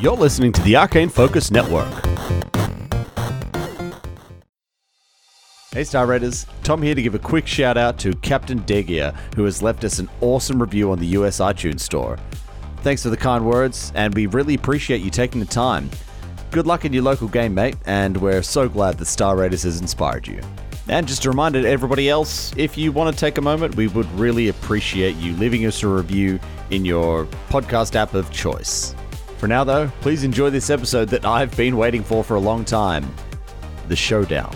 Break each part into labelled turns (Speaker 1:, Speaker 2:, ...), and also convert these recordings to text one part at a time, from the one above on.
Speaker 1: You're listening to the Arcane Focus Network. Hey Star Raiders, Tom here to give a quick shout out to Captain Degia, who has left us an awesome review on the US iTunes Store. Thanks for the kind words, and we really appreciate you taking the time. Good luck in your local game, mate, and we're so glad that Star Raiders has inspired you. And just a reminder to everybody else if you want to take a moment, we would really appreciate you leaving us a review in your podcast app of choice. For now, though, please enjoy this episode that I've been waiting for for a long time The Showdown.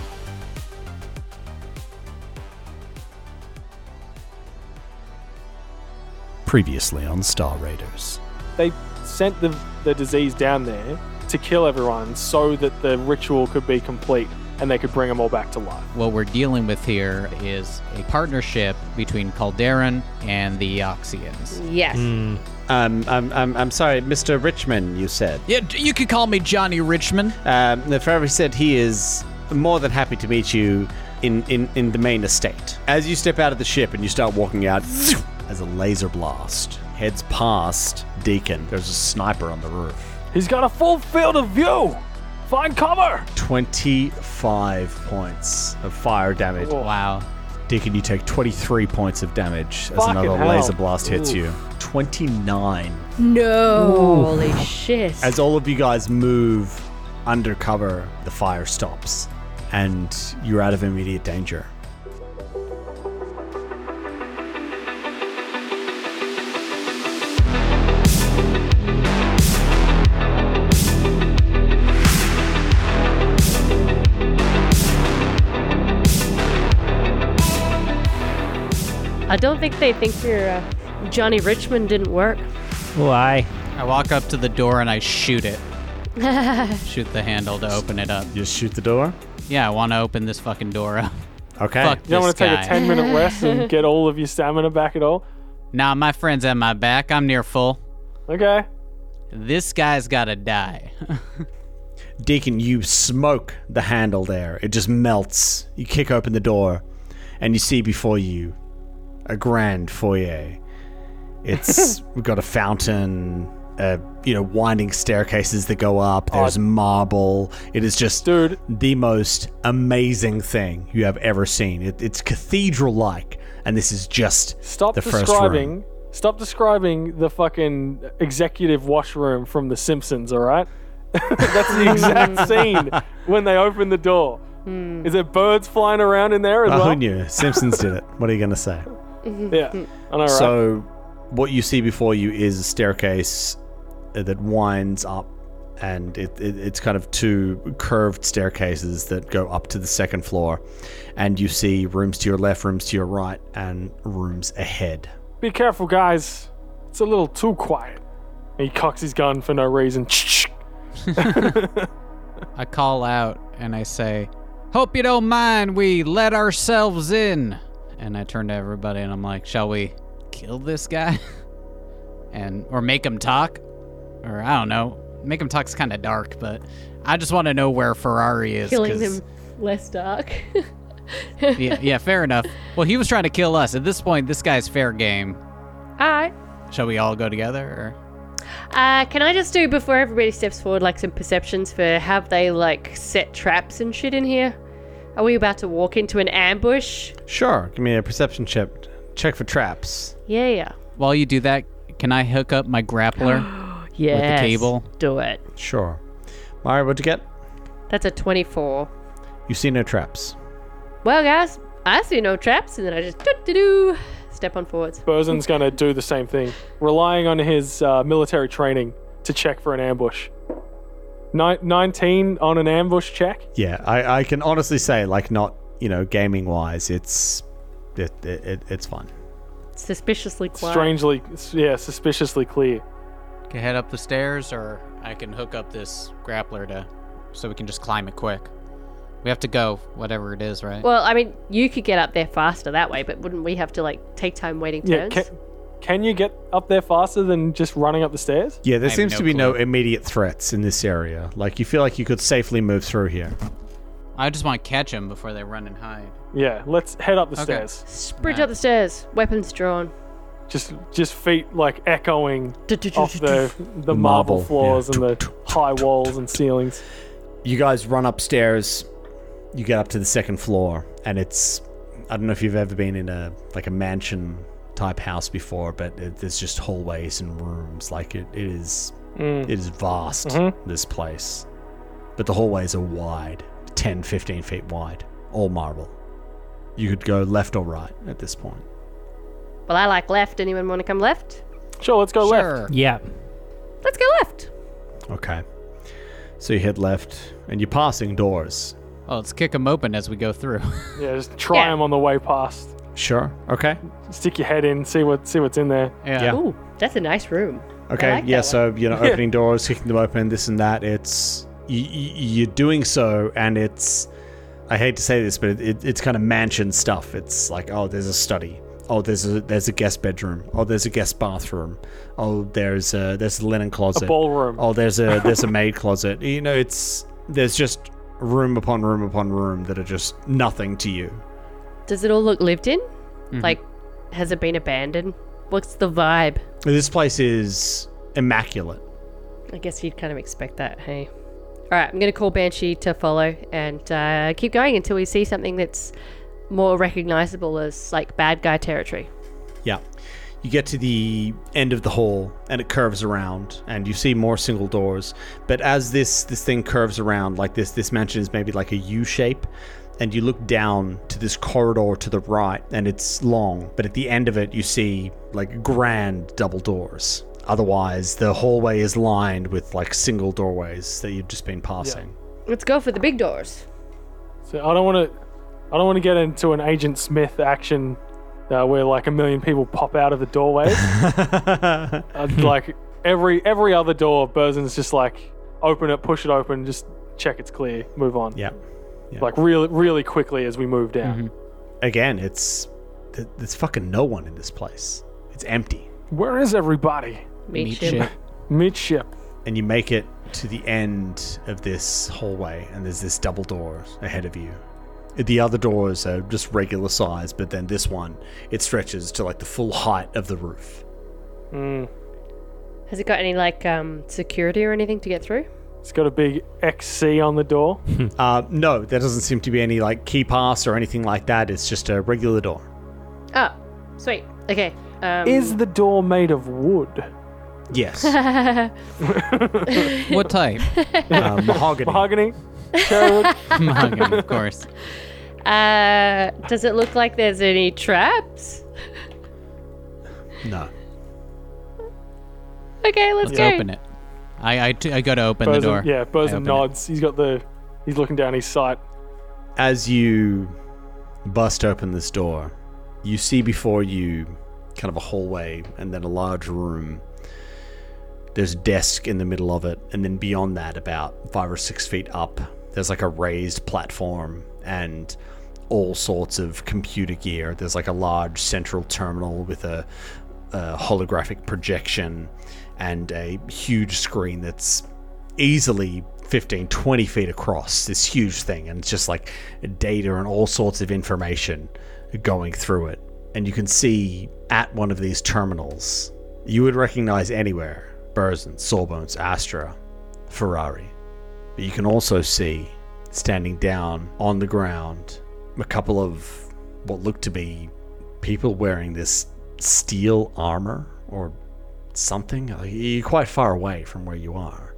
Speaker 1: Previously on Star Raiders.
Speaker 2: they sent the, the disease down there to kill everyone so that the ritual could be complete and they could bring them all back to life.
Speaker 3: What we're dealing with here is a partnership between Calderon and the Oxians.
Speaker 4: Yes.
Speaker 3: Hmm.
Speaker 1: Um, I'm, I'm, I'm sorry, Mr. Richmond, you said.
Speaker 3: Yeah, d- you could call me Johnny Richmond.
Speaker 1: Um, the Ferrari said he is more than happy to meet you in, in, in the main estate. As you step out of the ship and you start walking out, as a laser blast heads past Deacon, there's a sniper on the roof.
Speaker 2: He's got a full field of view! Find cover!
Speaker 1: 25 points of fire damage.
Speaker 2: Oh.
Speaker 3: Wow.
Speaker 1: Deacon, you take 23 points of damage as
Speaker 2: Fucking
Speaker 1: another
Speaker 2: hell.
Speaker 1: laser blast hits
Speaker 2: Oof.
Speaker 1: you. 29
Speaker 4: No. Holy shit.
Speaker 1: As all of you guys move undercover, the fire stops and you're out of immediate danger.
Speaker 4: I don't think they think your uh, Johnny Richmond didn't work.
Speaker 5: Why?
Speaker 3: I walk up to the door and I shoot it. shoot the handle to open it up.
Speaker 1: You just shoot the door?
Speaker 3: Yeah, I want to open this fucking door up.
Speaker 1: Okay.
Speaker 3: Fuck
Speaker 2: You don't
Speaker 3: this
Speaker 2: want to take
Speaker 3: guy.
Speaker 2: a 10 minute rest and get all of your stamina back at all?
Speaker 3: nah, my friend's at my back. I'm near full.
Speaker 2: Okay.
Speaker 3: This guy's gotta die.
Speaker 1: Deacon, you smoke the handle there. It just melts. You kick open the door and you see before you a grand foyer. It's we've got a fountain, uh, you know, winding staircases that go up. There's marble. It is just
Speaker 2: Dude.
Speaker 1: the most amazing thing you have ever seen. It, it's cathedral like, and this is just
Speaker 2: Stop
Speaker 1: the first room.
Speaker 2: describing. Stop describing the fucking executive washroom from The Simpsons, all right? That's the exact scene when they open the door. Is there birds flying around in there as
Speaker 1: Oh,
Speaker 2: well?
Speaker 1: who knew? Simpsons did it. What are you gonna say?
Speaker 2: Yeah. I know, right?
Speaker 1: So, what you see before you is a staircase uh, that winds up, and it, it, it's kind of two curved staircases that go up to the second floor. And you see rooms to your left, rooms to your right, and rooms ahead.
Speaker 2: Be careful, guys. It's a little too quiet. He cocks his gun for no reason.
Speaker 3: I call out and I say, Hope you don't mind, we let ourselves in. And I turn to everybody and I'm like, Shall we kill this guy? and, or make him talk? Or I don't know. Make him talk's kind of dark, but I just want to know where Ferrari is.
Speaker 4: Killing
Speaker 3: 'cause-
Speaker 4: them less dark.
Speaker 3: yeah, yeah, fair enough. Well, he was trying to kill us. At this point, this guy's fair game.
Speaker 4: Alright.
Speaker 3: Shall we all go together? Or?
Speaker 4: Uh, can I just do before everybody steps forward like some perceptions for have they like set traps and shit in here? Are we about to walk into an ambush?
Speaker 1: Sure, give me a perception check. Check for traps.
Speaker 4: Yeah, yeah.
Speaker 3: While you do that, can I hook up my grappler?
Speaker 4: Yes.
Speaker 3: cable?
Speaker 4: Do it.
Speaker 1: Sure. Mario, what'd you get?
Speaker 4: That's a 24.
Speaker 1: You see no traps.
Speaker 4: Well, guys, I see no traps, and then I just do do do step on forwards.
Speaker 2: Burzen's gonna do the same thing, relying on his uh, military training to check for an ambush. Ni- 19 on an ambush check?
Speaker 1: Yeah, I, I can honestly say, like, not you know, gaming wise, it's it, it, it it's fun.
Speaker 4: Suspiciously quiet.
Speaker 2: Strangely, yeah, suspiciously clear.
Speaker 3: Can head up the stairs, or I can hook up this grappler to, so we can just climb it quick. We have to go, whatever it is, right?
Speaker 4: Well, I mean, you could get up there faster that way, but wouldn't we have to like take time waiting
Speaker 2: Yeah,
Speaker 4: turns?
Speaker 2: can, can you get up there faster than just running up the stairs?
Speaker 1: Yeah, there
Speaker 3: I have
Speaker 1: seems
Speaker 3: no
Speaker 1: to be no
Speaker 3: clue.
Speaker 1: immediate threats in this area. Like you feel like you could safely move through here.
Speaker 3: I just want to catch him before they run and hide.
Speaker 2: Yeah, let's head up the stairs.
Speaker 4: Sprint up the stairs, weapons drawn.
Speaker 2: just just feet like echoing off the the marble,
Speaker 6: marble,
Speaker 2: floors
Speaker 6: yeah.
Speaker 2: and the high walls and ceilings.
Speaker 1: You guys run upstairs. You get up to the second floor, and it's I don't know if you've ever been in a like a mansion type house before, but it, there's just hallways and rooms. Like it, it is
Speaker 3: Mm.
Speaker 1: it is vast
Speaker 3: Mm-hmm.
Speaker 1: this place, but the hallways are wide, 10, 15 feet wide, all marble. You could go left or right at this point.
Speaker 7: Well, I like left. Anyone want to come left?
Speaker 2: Sure, let's go left.
Speaker 3: Sure.
Speaker 8: Yeah.
Speaker 7: Let's go left.
Speaker 1: Okay. So you head left, and you're passing doors.
Speaker 3: Well, Oh, let's kick them open as we go through.
Speaker 2: Yeah, just try
Speaker 7: Yeah.
Speaker 2: them on the way past.
Speaker 1: Sure. Okay.
Speaker 2: Stick your head in, see what see what's in there.
Speaker 3: yeah.
Speaker 1: Yeah.
Speaker 7: Ooh, that's a nice room.
Speaker 1: Okay,
Speaker 7: like
Speaker 1: yeah,
Speaker 7: that
Speaker 1: so you know, opening doors, kicking them open, this and that. It's y- y- you're doing so, and it's I hate to say this, but it, it, it's kind of mansion stuff. It's like, oh, there's a study. Oh, there's a there's a guest bedroom. Oh, there's a guest bathroom. Oh, there's a there's a linen closet.
Speaker 2: ballroom.
Speaker 1: Oh, there's a there's a maid closet. You know, it's there's just room upon room upon room that are just nothing to you.
Speaker 7: Does it all look lived in? Like, has it been abandoned? What's the vibe?
Speaker 1: This place is immaculate.
Speaker 7: I guess you'd kind of expect that, hey? All right, I'm going to call Banshee to follow and uh, keep going until we see something that's more recognizable as like bad guy territory.
Speaker 1: Yeah. You get to the end of the hall and it curves around and you see more single doors. But as this this thing curves around like this this mansion is maybe like a U shape and you look down to this corridor to the right and it's long, but at the end of it you see like grand double doors. Otherwise, the hallway is lined with like single doorways that you've just been passing.
Speaker 7: Let's go for the big doors.
Speaker 2: So I don't want to I don't want to get into an Agent Smith action uh, where like a million people pop out of the doorways. I'd like every every other door, Burzen's just like open it, push it open, just check it's clear, move on.
Speaker 1: Yeah.
Speaker 2: Like really really quickly as we move down.
Speaker 1: Again, it's th- there's fucking no one in this place. It's empty.
Speaker 2: Where is everybody?
Speaker 7: Meet,
Speaker 3: Meat
Speaker 7: him.
Speaker 3: shit.
Speaker 2: Midship.
Speaker 1: and you make it to the end of this hallway and there's this double door ahead of you the other doors are just regular size but then this one it stretches to like the full height of the roof
Speaker 7: Has it got any like um, security or anything to get through?
Speaker 2: It's got a big XC on the door.
Speaker 1: uh, no there doesn't seem to be any like key pass or anything like that it's just a regular door
Speaker 7: Oh, sweet. Okay. Um,
Speaker 2: Is the door made of wood?
Speaker 1: yes
Speaker 3: What type?
Speaker 1: uh, mahogany
Speaker 2: Mahogany? Cherry wood?
Speaker 3: Mahogany, of course.
Speaker 7: uh, does it look like there's any traps?
Speaker 1: no
Speaker 7: Okay, let's,
Speaker 3: Let's
Speaker 7: go.
Speaker 3: open it. I I, t- I go to open
Speaker 2: Bosun,
Speaker 3: the door.
Speaker 2: Yeah,
Speaker 3: I
Speaker 2: Bosun
Speaker 3: open it.
Speaker 2: nods. He's got the. He's looking down his sight.
Speaker 1: as you bust open this door, you see before you kind of a hallway and then a large room. There's a desk in the middle of it, and then beyond that, about five or six feet up, there's like a raised platform and all sorts of computer gear. There's like a large central terminal with a, a holographic projection and a huge screen that's easily 15, 20 feet across, this huge thing, and it's just like data and all sorts of information going through it. And you can see at one of these terminals, you would recognize anywhere Burzen, Sawbones, Astra, Ferrari. But you can also see, standing down on the ground, a couple of what look to be people wearing this steel armor or something. Like, You're quite far away from where you are.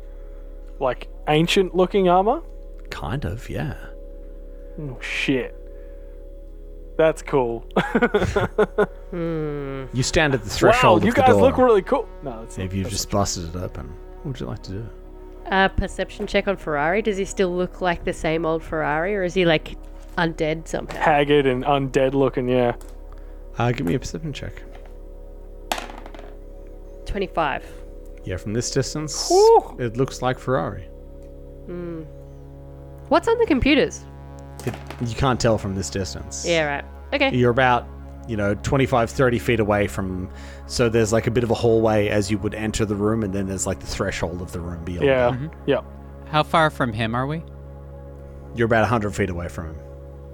Speaker 2: Like ancient looking armor?
Speaker 1: Kind of, yeah.
Speaker 2: Oh, shit. That's cool.
Speaker 1: You stand at the
Speaker 2: wow,
Speaker 1: threshold.
Speaker 2: you
Speaker 1: of the
Speaker 2: guys
Speaker 1: door.
Speaker 2: look really cool. No, it's
Speaker 1: If you just busted it open, what would you like to do?
Speaker 7: Uh, perception check on Ferrari. Does he still look like the same old Ferrari, or is he like undead somehow?
Speaker 2: haggard and undead looking, yeah.
Speaker 1: Uh, give me a perception check.
Speaker 7: Twenty-five.
Speaker 1: Yeah, from this distance,
Speaker 2: Whew.
Speaker 1: it looks like Ferrari.
Speaker 7: What's on the computers?
Speaker 1: It, you can't tell from this distance.
Speaker 7: Yeah, right. Okay.
Speaker 1: You're about, you know, 25, 30 feet away from. So there's like a bit of a hallway as you would enter the room, and then there's like the threshold of the room beyond.
Speaker 2: Yeah.
Speaker 3: Mm-hmm.
Speaker 2: Yeah.
Speaker 3: How far from him are we?
Speaker 1: You're about 100 feet away from him.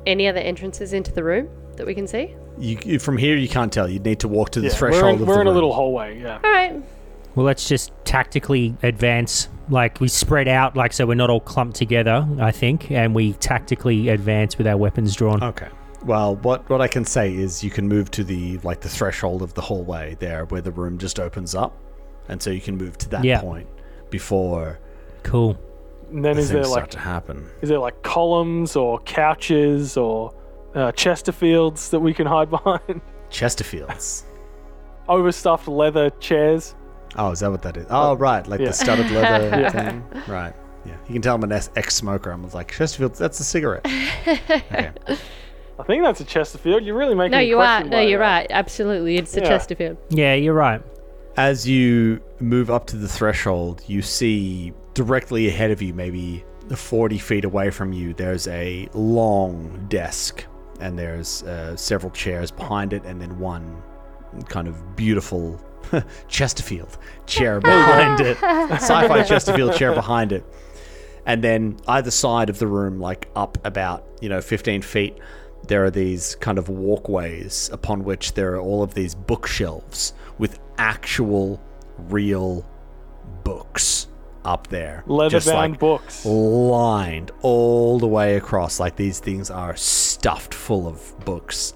Speaker 7: Any other entrances into the room? that we can see?
Speaker 1: You, you- from here, you can't tell. You'd need to walk to the
Speaker 2: Yeah,
Speaker 1: threshold
Speaker 2: we're in,
Speaker 1: of
Speaker 2: we're
Speaker 1: the
Speaker 2: in a
Speaker 1: room.
Speaker 2: little hallway. Yeah.
Speaker 7: All right.
Speaker 8: Well, let's just tactically advance. Like we spread out, like so we're not all clumped together. I think, and we tactically advance with our weapons drawn.
Speaker 1: Okay. Well, what what I can say is you can move to the like the threshold of the hallway there, where the room just opens up, and so you can move to that
Speaker 8: Yeah.
Speaker 1: point before
Speaker 8: Cool.
Speaker 2: And then
Speaker 1: the
Speaker 2: is
Speaker 1: things
Speaker 2: there
Speaker 1: start
Speaker 2: like
Speaker 1: to happen.
Speaker 2: is there like columns or couches or uh, Chesterfields that we can hide behind?
Speaker 1: Chesterfields.
Speaker 2: Overstuffed leather chairs.
Speaker 1: oh, is that what that is? Oh, right, like
Speaker 2: Yeah.
Speaker 1: the studded leather
Speaker 2: Yeah.
Speaker 1: thing. Right. Yeah. You can tell I'm an ex smoker. I'm like Chesterfields. That's a cigarette. okay.
Speaker 2: I think that's a Chesterfield. You're really making
Speaker 7: No,
Speaker 2: me
Speaker 7: you are.
Speaker 2: question
Speaker 7: No,
Speaker 2: why
Speaker 7: you're
Speaker 2: that-
Speaker 7: right. Absolutely. It's the
Speaker 2: Yeah.
Speaker 7: Chesterfield.
Speaker 8: Yeah, you're right.
Speaker 1: As you move up to the threshold, you see directly ahead of you, maybe 40 feet away from you, there's a long desk, and there's uh, several chairs behind it, and then one kind of beautiful Chesterfield chair behind it. Sci fi Chesterfield chair behind it. And then either side of the room, like up about, you know, 15 feet, there are these kind of walkways upon which there are all of these bookshelves with actual, real books up there. Just
Speaker 2: Leather-bound
Speaker 1: like
Speaker 2: books.
Speaker 1: lined all the way across. Like these things are stuffed full of books.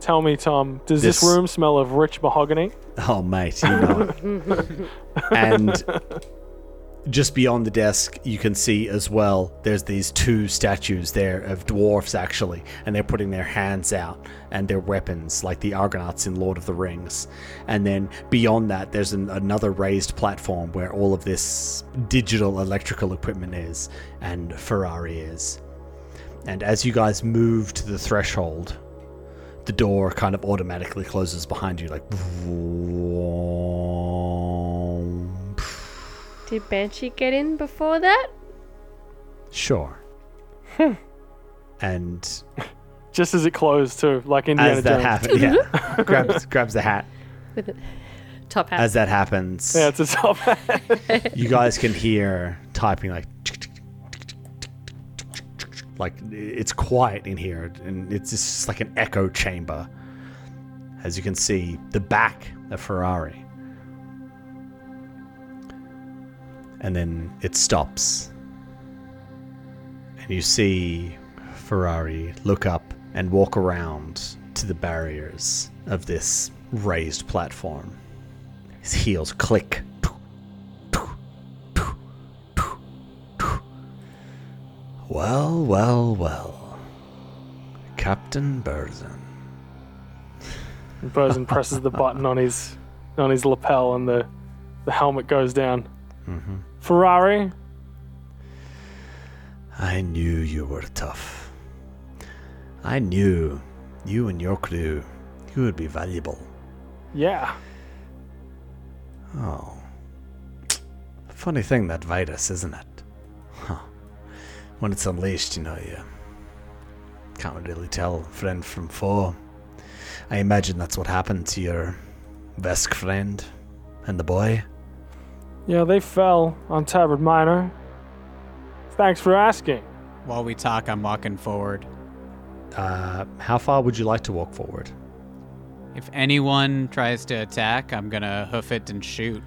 Speaker 2: Tell me, Tom, does this,
Speaker 1: This-
Speaker 2: room smell of rich mahogany?
Speaker 1: Oh, mate, you know it. and just beyond the desk, you can see as well, there's these two statues there of dwarfs, actually, and they're putting their hands out and their weapons, like the Argonauts in Lord of the Rings. And then beyond that, there's an, another raised platform where all of this digital electrical equipment is and Ferrari is. And as you guys move to the threshold, the door kind of automatically closes behind you, like.
Speaker 7: Did Banshee get in before that?
Speaker 1: Sure. and
Speaker 2: Just as it closed, too, like Indiana
Speaker 1: as that
Speaker 2: Jones.
Speaker 1: happens, yeah, grabs grabs the hat.
Speaker 7: With a top hat.
Speaker 1: As that happens,
Speaker 2: Yeah, it's a top hat.
Speaker 1: you guys can hear typing like like it's quiet in here and it's just like an echo chamber as you can see the back of ferrari and then it stops and you see ferrari look up and walk around to the barriers of this raised platform his heels click Well, well, well. Captain Burzen.
Speaker 2: And Burzin presses the button on his on his lapel, and the the helmet goes down.
Speaker 1: Mm-hmm.
Speaker 2: Ferrari,
Speaker 1: I knew you were tough. I knew you and your crew, you would be valuable.
Speaker 2: yeah.
Speaker 1: Oh. Funny thing, that virus, isn't it? Huh. When it's unleashed, you know, you can't really tell friend from foe. I imagine that's what happened to your Vesk friend and the boy.
Speaker 2: Yeah, they fell on Tabard Minor. Thanks for asking.
Speaker 3: While we talk, I'm walking forward.
Speaker 1: Uh, how far would you like to walk forward?
Speaker 3: If anyone tries to attack, I'm gonna hoof it and shoot.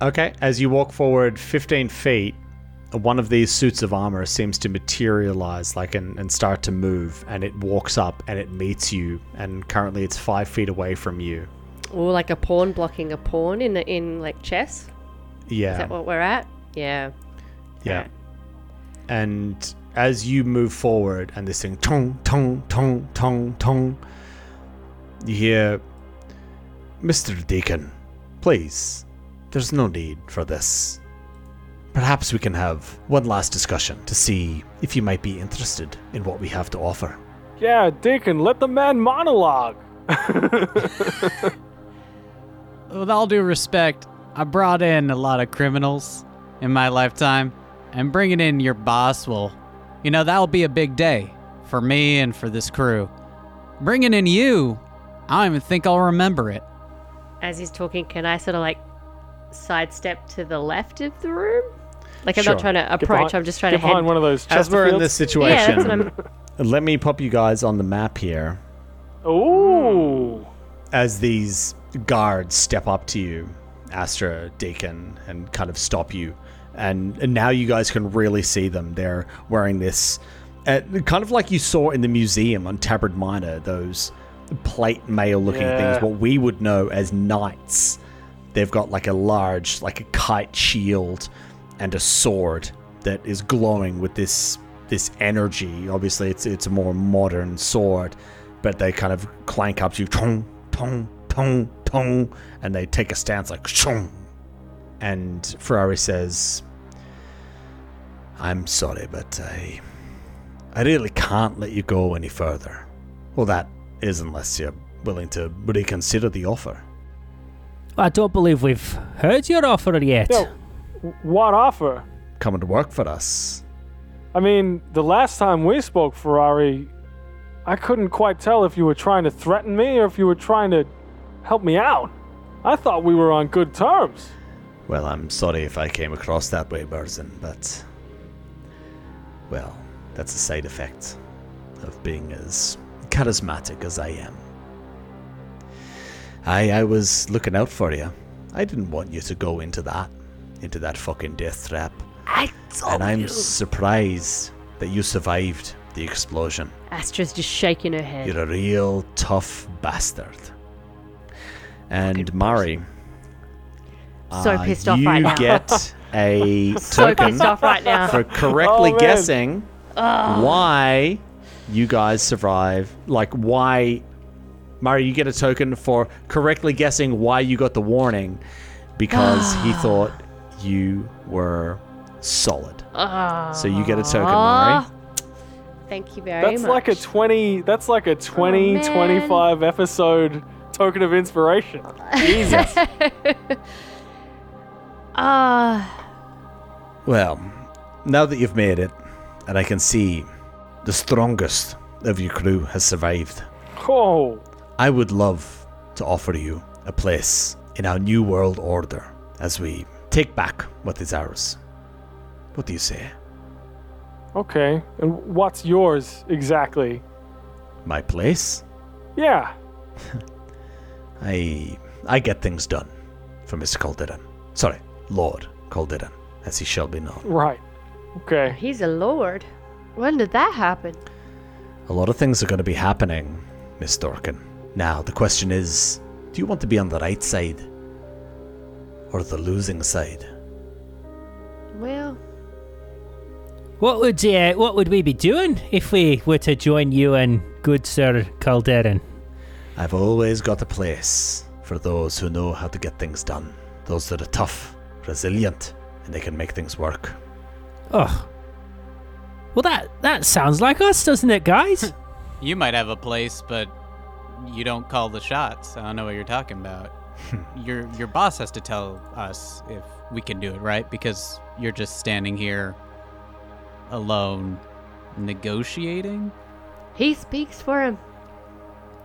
Speaker 1: Okay, as you walk forward 15 feet, one of these suits of armor seems to materialize like and, and start to move, and it walks up and it meets you, and currently it's five feet away from you.
Speaker 7: Or like a pawn blocking a pawn in in like chess.
Speaker 1: Yeah.
Speaker 7: Is that what we're at? Yeah.
Speaker 1: Yeah. And as you move forward and this thing tong tong tong tong tong you hear Mr. Deacon, please. There's no need for this. Perhaps we can have one last discussion to see if you might be interested in what we have to offer.
Speaker 2: Yeah, Deacon, let the man monologue.
Speaker 3: With all due respect, I brought in a lot of criminals in my lifetime, and bringing in your boss will, you know, that'll be a big day for me and for this crew. Bringing in you, I don't even think I'll remember it.
Speaker 7: As he's talking, can I sort of like sidestep to the left of the room? Like I'm
Speaker 1: Sure.
Speaker 7: not trying to
Speaker 2: Get
Speaker 7: approach.
Speaker 2: behind-
Speaker 7: I'm just trying
Speaker 2: get
Speaker 7: to head.
Speaker 2: behind one of those
Speaker 1: As we're in
Speaker 2: Chesterfields.
Speaker 1: this
Speaker 7: yeah,
Speaker 1: situation,
Speaker 7: that's what I'm.
Speaker 1: Let me pop you guys on the map here
Speaker 2: Ooh.
Speaker 1: as these guards step up to you, Astra, Deacon, and kind of stop you. And, and now you guys can really see them. They're wearing this, uh, kind of like you saw in the museum on Tabard Minor, those plate mail looking
Speaker 2: Yeah.
Speaker 1: things, what we would know as knights. They've got like a large, like a kite shield and a sword that is glowing with this this energy. Obviously, it's it's a more modern sword, but they kind of clank up to you, tong, tong, tong, tong, and they take a stance like chong. And Ferrari says, "I'm sorry, but I I really can't let you go any further. Well, that is unless you're willing to reconsider the offer."
Speaker 8: I don't believe we've heard your offer
Speaker 7: Hmm.
Speaker 8: yet.
Speaker 2: No. What offer?
Speaker 1: Coming to work for us.
Speaker 2: I mean, the last time we spoke, Ferrari, I couldn't quite tell if you were trying to threaten me or if you were trying to help me out. I thought we were on good terms.
Speaker 1: Well, I'm sorry if I came across that way, Burzin, but. Well, that's a side effect of being as charismatic as I am. I, I was looking out for you. I didn't want you to go into that, into that fucking death trap.
Speaker 7: I told
Speaker 1: and I'm
Speaker 7: Oh, you.
Speaker 1: surprised that you survived the explosion.
Speaker 7: Astra's just shaking her head.
Speaker 1: You're a real tough bastard. And Mari,
Speaker 7: so
Speaker 1: uh,
Speaker 7: pissed off
Speaker 1: you
Speaker 7: right now.
Speaker 1: get a
Speaker 7: so
Speaker 1: token
Speaker 7: pissed off right now.
Speaker 1: for correctly
Speaker 2: Oh, man. Ah.
Speaker 1: guessing why you guys survive. Like why Mario, you get a token for correctly guessing why you got the warning because he
Speaker 2: Ah.
Speaker 1: thought you were solid.
Speaker 2: Ah.
Speaker 1: So you get a token, Mari.
Speaker 7: Thank you very
Speaker 2: That's
Speaker 7: much.
Speaker 2: like a 20 that's like a 20
Speaker 8: Oh,
Speaker 7: man.
Speaker 2: 25 episode token of inspiration. Jesus.
Speaker 7: Ah,
Speaker 1: Well, now that you've made it, and I can see the strongest of your crew has survived,
Speaker 2: oh.
Speaker 1: I would love to offer you a place in our new world order as we take back what is ours. What do you say?
Speaker 2: Okay. And what's yours exactly?
Speaker 1: My place?
Speaker 2: Yeah.
Speaker 1: I I get things done for Mr. Calderon. Sorry, Lord Calderon, as he shall be known.
Speaker 2: Right. Okay.
Speaker 7: he's a lord. When did that happen?
Speaker 1: A lot of things are going to be happening, Miss Dorkin. Now, the question is do you want to be on the right side or the losing side?
Speaker 7: Well,
Speaker 8: What would uh, what would we be doing if we were to join you and good Sir Calderon?
Speaker 1: I've always got a place for those who know how to get things done, those that are tough, resilient, and they can make things work.
Speaker 8: Oh, well that that sounds like us, doesn't it, guys?
Speaker 3: You might have a place, but you don't call the shots. I don't know what you're talking about. your your boss has to tell us if we can do it, right? Because you're just standing here alone negotiating.
Speaker 7: he speaks for him.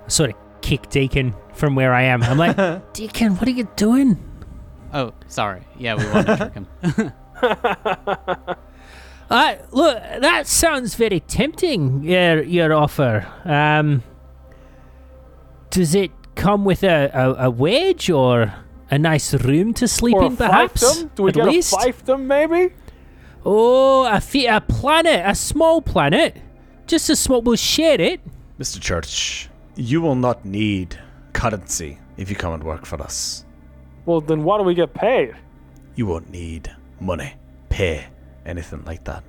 Speaker 8: I sort of kick Deacon from where I am. I'm like, Deacon, what are you doing?
Speaker 3: Oh, sorry. Yeah, we want to trick him.
Speaker 8: Uh, look, that sounds very tempting. Your your offer. Um, does it come with a, a, a wage or a nice room to sleep
Speaker 2: Or a
Speaker 8: in, perhaps?
Speaker 2: fiefdom? Do we
Speaker 8: At
Speaker 2: get
Speaker 8: least?
Speaker 2: a fiefdom maybe?
Speaker 8: Oh, a, fi- a planet, a small planet, just a small. We'll share it.
Speaker 1: Mr. Church, you will not need currency if you come and work for us.
Speaker 2: Well, then why do we get paid?
Speaker 1: You won't need money, pay, anything like that.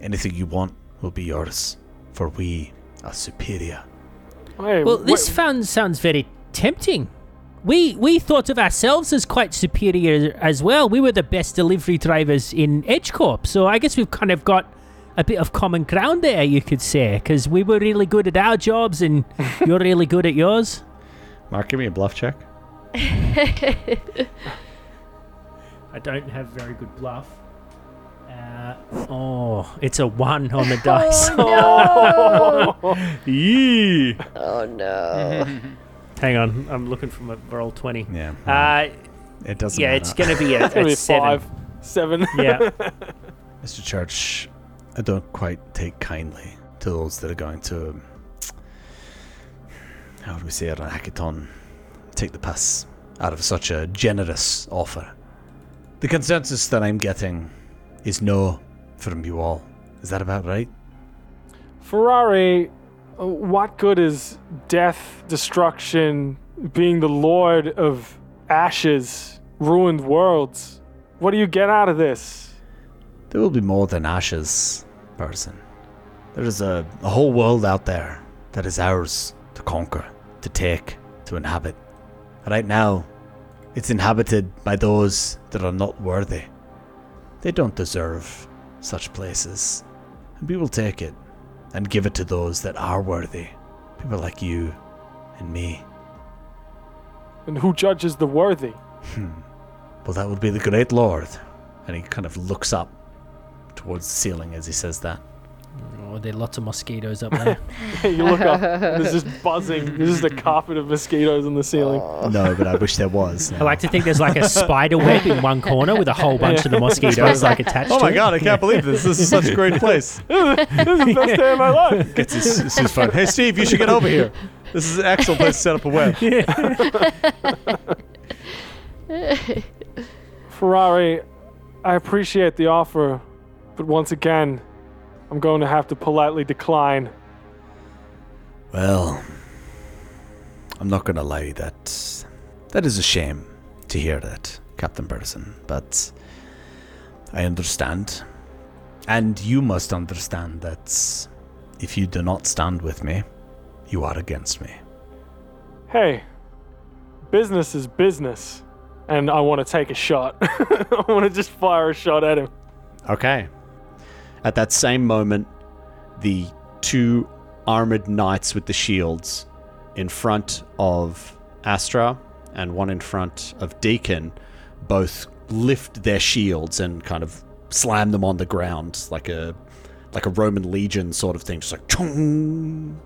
Speaker 1: Anything you want will be yours, for we are superior.
Speaker 2: Hey,
Speaker 8: Well,
Speaker 2: wh-
Speaker 8: this found sounds very tempting. We we thought of ourselves as quite superior as well. We were the best delivery drivers in EdgeCorp, so I guess we've kind of got a bit of common ground there, you could say, because we were really good at our jobs and you're really good at yours.
Speaker 1: Mark, give me a bluff check.
Speaker 8: I don't have very good bluff. Uh, oh, it's a one on the dice. Oh. Yee.
Speaker 7: Oh no.
Speaker 8: Hang on, I'm looking for my roll twenty.
Speaker 1: Yeah.
Speaker 8: Uh,
Speaker 1: it doesn't
Speaker 8: yeah,
Speaker 1: matter.
Speaker 8: it's gonna be a,
Speaker 2: It's gonna
Speaker 8: a
Speaker 2: be
Speaker 8: seven.
Speaker 2: five, seven.
Speaker 8: Yeah.
Speaker 1: Mr. Church, I don't quite take kindly to those that are going to um, how would we say it on a hackathon take the piss out of such a generous offer. The consensus that I'm getting is no from you all. Is that about right?
Speaker 2: Ferrari, uh, what good is death, destruction, being the lord of ashes, ruined worlds? What do you get out of this?
Speaker 1: There will be more than ashes, person. There is a, a whole world out there that is ours to conquer, to take, to inhabit. Right now, it's inhabited by those that are not worthy. They don't deserve such places. And we will take it and give it to those that are worthy. People like you and me.
Speaker 2: And who judges the worthy?
Speaker 1: Well, that would be the great lord. And he kind of looks up towards the ceiling as he says that.
Speaker 8: Oh, there are lots of mosquitoes up there.
Speaker 2: you look up, and there's just buzzing. There's just a carpet of mosquitoes on the ceiling.
Speaker 1: No, but I wish there was.
Speaker 8: I like to think there's like a spider web in one corner with a whole bunch of the mosquitoes like attached.
Speaker 1: Oh
Speaker 8: to
Speaker 1: my
Speaker 8: it.
Speaker 1: god, I can't believe this. This is such a great place.
Speaker 2: this is the best day of my life.
Speaker 1: It's, it's, it's just fun. Hey, Steve, you should get over here. This is an excellent place to set up a web.
Speaker 2: Ferrari, I appreciate the offer, but once again, I'm going to have to politely decline.
Speaker 1: Well, I'm not going to lie. That that is a shame to hear that, Captain Person. But I understand, and you must understand that if you do not stand with me, you are against me.
Speaker 2: Hey, business is business, and I want to take a shot. I want to just fire a shot at him.
Speaker 6: Okay.
Speaker 1: At that same moment, the two armored knights with the shields in front of Astra and one in front of Deacon both lift their shields and kind of slam them on the ground like a like a Roman legion sort of thing, just like chung.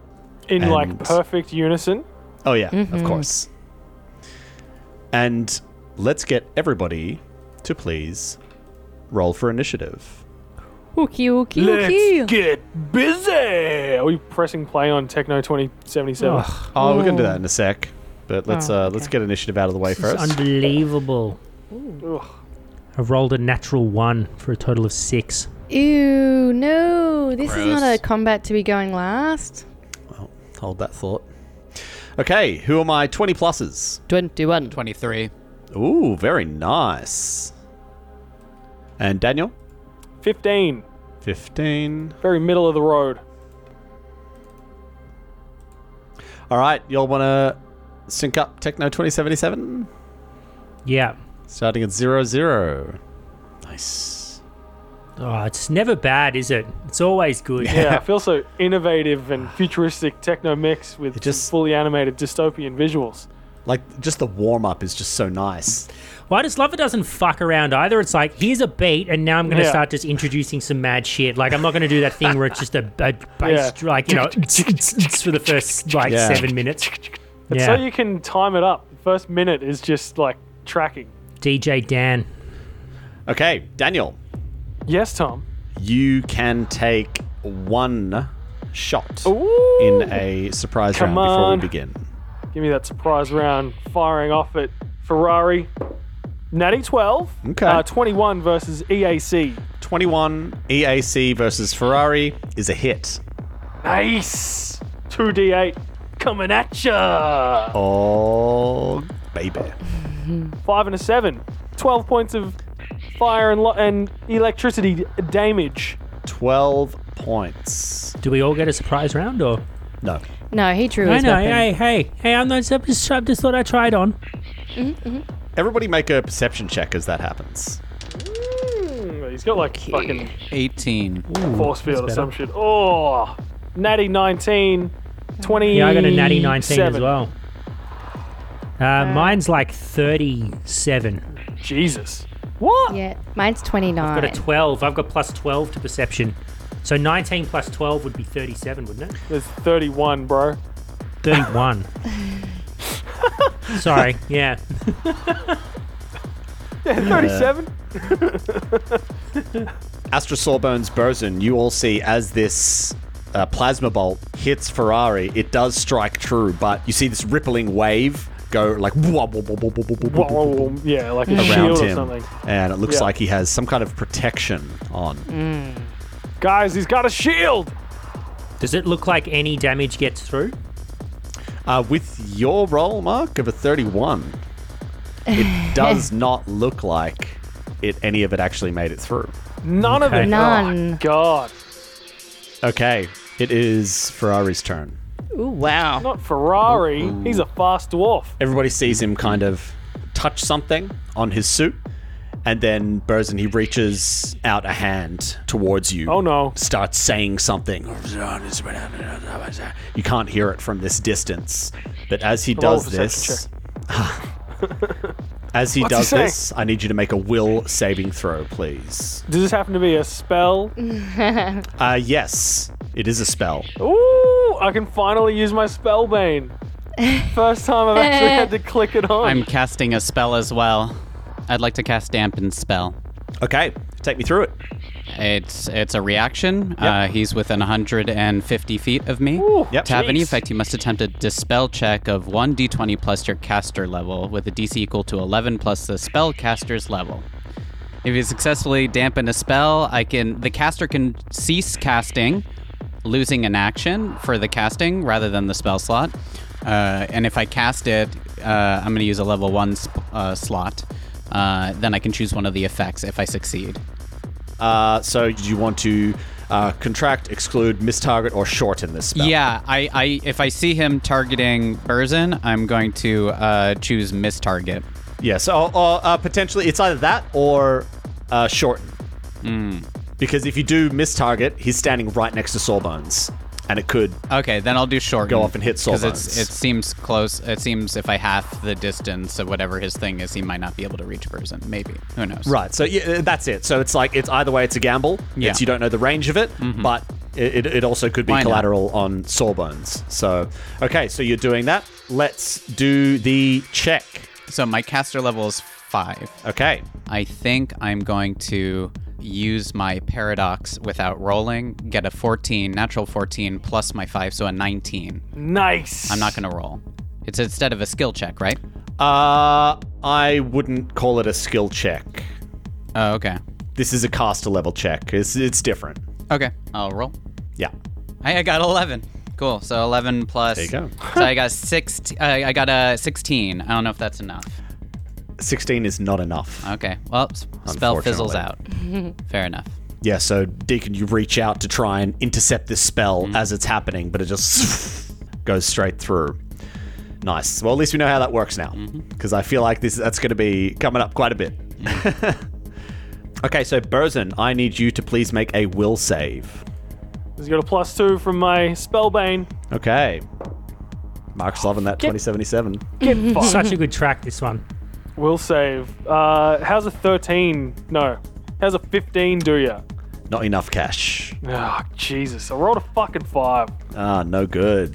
Speaker 2: In like
Speaker 1: And-
Speaker 2: perfect unison.
Speaker 1: Oh yeah, of course. And let's get everybody to please roll for initiative.
Speaker 7: Ookie, ookie, ookie.
Speaker 2: get busy. Are we pressing play on Techno 2077?
Speaker 1: Oh, we're gonna do that in a sec, but let's
Speaker 7: Oh,
Speaker 1: uh, let's
Speaker 7: okay.
Speaker 1: get initiative out of the way
Speaker 8: This is
Speaker 1: first.
Speaker 8: unbelievable.
Speaker 2: Ugh.
Speaker 8: I rolled a natural one for a total of six.
Speaker 4: Ew, no. This is not
Speaker 3: Gross.
Speaker 4: a combat to be going last.
Speaker 1: Hold that thought. Okay, who are my 20 pluses?
Speaker 7: 21.
Speaker 3: 23.
Speaker 1: Ooh, very nice. And Daniel?
Speaker 2: 15.
Speaker 1: 15.
Speaker 2: Very middle of the road.
Speaker 1: All right, y'all want to sync up Techno 2077?
Speaker 8: Yeah.
Speaker 1: Starting at 00. Nice.
Speaker 8: Oh, it's never bad, is it? It's always good.
Speaker 2: Yeah, I feel so innovative and futuristic techno mix with
Speaker 1: It just-
Speaker 2: some fully animated dystopian visuals.
Speaker 1: Like, just the warm up is just so nice.
Speaker 8: Well, I just love it doesn't fuck around either. It's like, here's a beat, and now I'm going to
Speaker 2: Yeah.
Speaker 8: start just introducing some mad shit. Like, I'm not going to do that thing where it's just a, a bass, like, you know, for the first, like,
Speaker 1: Yeah.
Speaker 8: seven minutes.
Speaker 2: It's
Speaker 8: Yeah.
Speaker 2: So you can time it up. The first minute is just like tracking.
Speaker 8: DJ Dan.
Speaker 1: Okay, Daniel,
Speaker 2: Yes, Tom.
Speaker 1: you can take one shot in a surprise
Speaker 2: Come
Speaker 1: round before
Speaker 2: on.
Speaker 1: we begin.
Speaker 2: Give me that surprise round. Firing off at Ferrari. Natty 12.
Speaker 1: Okay.
Speaker 2: Uh, 21 versus E EAC.
Speaker 1: 21 EAC versus Ferrari is a hit.
Speaker 2: Nice. 2D8 coming at ya.
Speaker 1: Oh, baby.
Speaker 2: Five and a seven. 12 points of fire and, lo- and electricity d- damage.
Speaker 1: 12 points.
Speaker 8: Do we all get a surprise round, or?
Speaker 1: No.
Speaker 4: No, he drew
Speaker 8: I
Speaker 4: his
Speaker 8: know.
Speaker 4: weapon.
Speaker 8: Hey, hey, hey! I'm not. I just, I just thought I tried on.
Speaker 1: Everybody make a perception check as that happens.
Speaker 2: Hmm, He's got like fucking
Speaker 3: 18.
Speaker 2: force field or some shit. Oh. Natty 19. 20.
Speaker 8: Yeah, I got a natty 19 as well. Uh, mine's like 37.
Speaker 2: Jesus. What?
Speaker 4: Yeah, mine's 29.
Speaker 8: Got a 12. I've got plus 12 to perception. So 19 plus 12 would be 37, wouldn't it?
Speaker 2: There's 31, bro.
Speaker 8: 31. Sorry. Yeah.
Speaker 2: 37?
Speaker 1: Astra Sawbones Bosun, you all see as this uh, plasma bolt hits Ferrari, it does strike true, but you see this rippling wave go like wah, wah, wah, wah, wah, wah, wah, wah, wah,
Speaker 2: Whoa, yeah, like a
Speaker 1: around
Speaker 2: shield or
Speaker 1: him,
Speaker 2: something.
Speaker 1: and it looks
Speaker 2: Yeah.
Speaker 1: like he has some kind of protection on.
Speaker 2: Guys, he's got a shield.
Speaker 8: Does it look like any damage gets through?
Speaker 1: Uh, with your roll mark of a 31, it does not look like it any of it actually made it through.
Speaker 2: None of
Speaker 8: Okay.
Speaker 2: it.
Speaker 9: None.
Speaker 2: Oh, God.
Speaker 1: Okay, it is Ferrari's turn.
Speaker 4: Ooh, wow.
Speaker 2: Not Ferrari. He's a fast dwarf.
Speaker 1: Everybody sees him kind of touch something on his suit, and then Burzin he reaches out a hand towards you.
Speaker 2: Oh, no.
Speaker 1: Starts saying something. You can't hear it from this distance, but as he
Speaker 2: Roll a
Speaker 1: does this,
Speaker 2: perception
Speaker 1: as he
Speaker 2: What's he
Speaker 1: does
Speaker 2: saying?
Speaker 1: this, I need you to make a will saving throw, please.
Speaker 2: Does this happen to be a spell?
Speaker 1: Uh, yes, it is a spell.
Speaker 2: Ooh, I can finally use my spell bane. First time I've actually had to click it on.
Speaker 3: I'm casting a spell as well. I'd like to cast dampen spell.
Speaker 1: Okay, take me through it.
Speaker 3: It's it's a reaction. Uh, he's within 150 feet of me.
Speaker 1: Yep.
Speaker 3: To have any
Speaker 2: Jeez.
Speaker 3: effect, you must attempt a dispel check of 1d20 plus your caster level, with a DC equal to 11 plus the spell caster's level. If you successfully dampen a spell, I can the caster can cease casting, losing an action for the casting rather than the spell slot. Uh, and if I cast it, uh, I'm going to use a level one sp- uh, slot. Uh, then I can choose one of the effects if I succeed.
Speaker 1: Uh, so do you want to uh, contract, exclude, miss target, or shorten this spell?
Speaker 3: Yeah, I, I if I see him targeting Burzin, I'm going to uh, choose miss target.
Speaker 1: Yeah, so or, uh, potentially it's either that or uh, shorten.
Speaker 3: Hmm.
Speaker 1: Because if you do miss target, he's standing right next to Sawbones, and it could.
Speaker 3: Okay, then I'll do short.
Speaker 1: Go off and hit
Speaker 3: because
Speaker 1: Sawbones.
Speaker 3: it's it seems close. It seems if I half the distance of whatever his thing is, he might not be able to reach Burzin. Maybe who knows?
Speaker 1: Right, so yeah, uh, that's it. So it's like it's either way, it's a gamble.
Speaker 3: Yeah. Mm-hmm.
Speaker 1: It's you don't know the range of it, but it, it, it also could be
Speaker 3: Why not?
Speaker 1: collateral on Sawbones. So okay, so you're doing that. Let's do the check.
Speaker 3: So my caster level is five.
Speaker 1: Okay,
Speaker 3: I think I'm going to use my paradox without rolling. Get a 14, natural 14 plus my five, so a 19.
Speaker 2: nice.
Speaker 3: I'm not going to roll. It's instead of a skill check, right?
Speaker 1: uh, I wouldn't call it a skill check.
Speaker 3: Oh, okay.
Speaker 1: This is a caster level check. It's it's different.
Speaker 3: Okay, I'll roll.
Speaker 1: Yeah.
Speaker 3: Hey, I got 11. Cool. So 11 plus.
Speaker 1: There you go.
Speaker 3: So I got six. uh, I I got a 16. I don't know if that's enough.
Speaker 1: 16 is not enough.
Speaker 3: Okay. Well, s- spell fizzles out. Fair enough.
Speaker 1: yeah, so Deacon, you reach out to try and intercept this spell as it's happening, but it just goes straight through. Nice. Well, at least we know how that works now, because I feel like this that's going to be coming up quite a bit. okay, so Burzin, I need you to please make a will save.
Speaker 2: He's got a plus two from my spell bane.
Speaker 1: Okay. Mark's loving that 2077.
Speaker 2: Get fucked.
Speaker 8: Such a good track, this one.
Speaker 2: Will save. Uh, how's a 13? No. How's a 15 do ya?
Speaker 1: Not enough cash.
Speaker 2: Oh, Jesus. I rolled a fucking five.
Speaker 1: Ah, no good.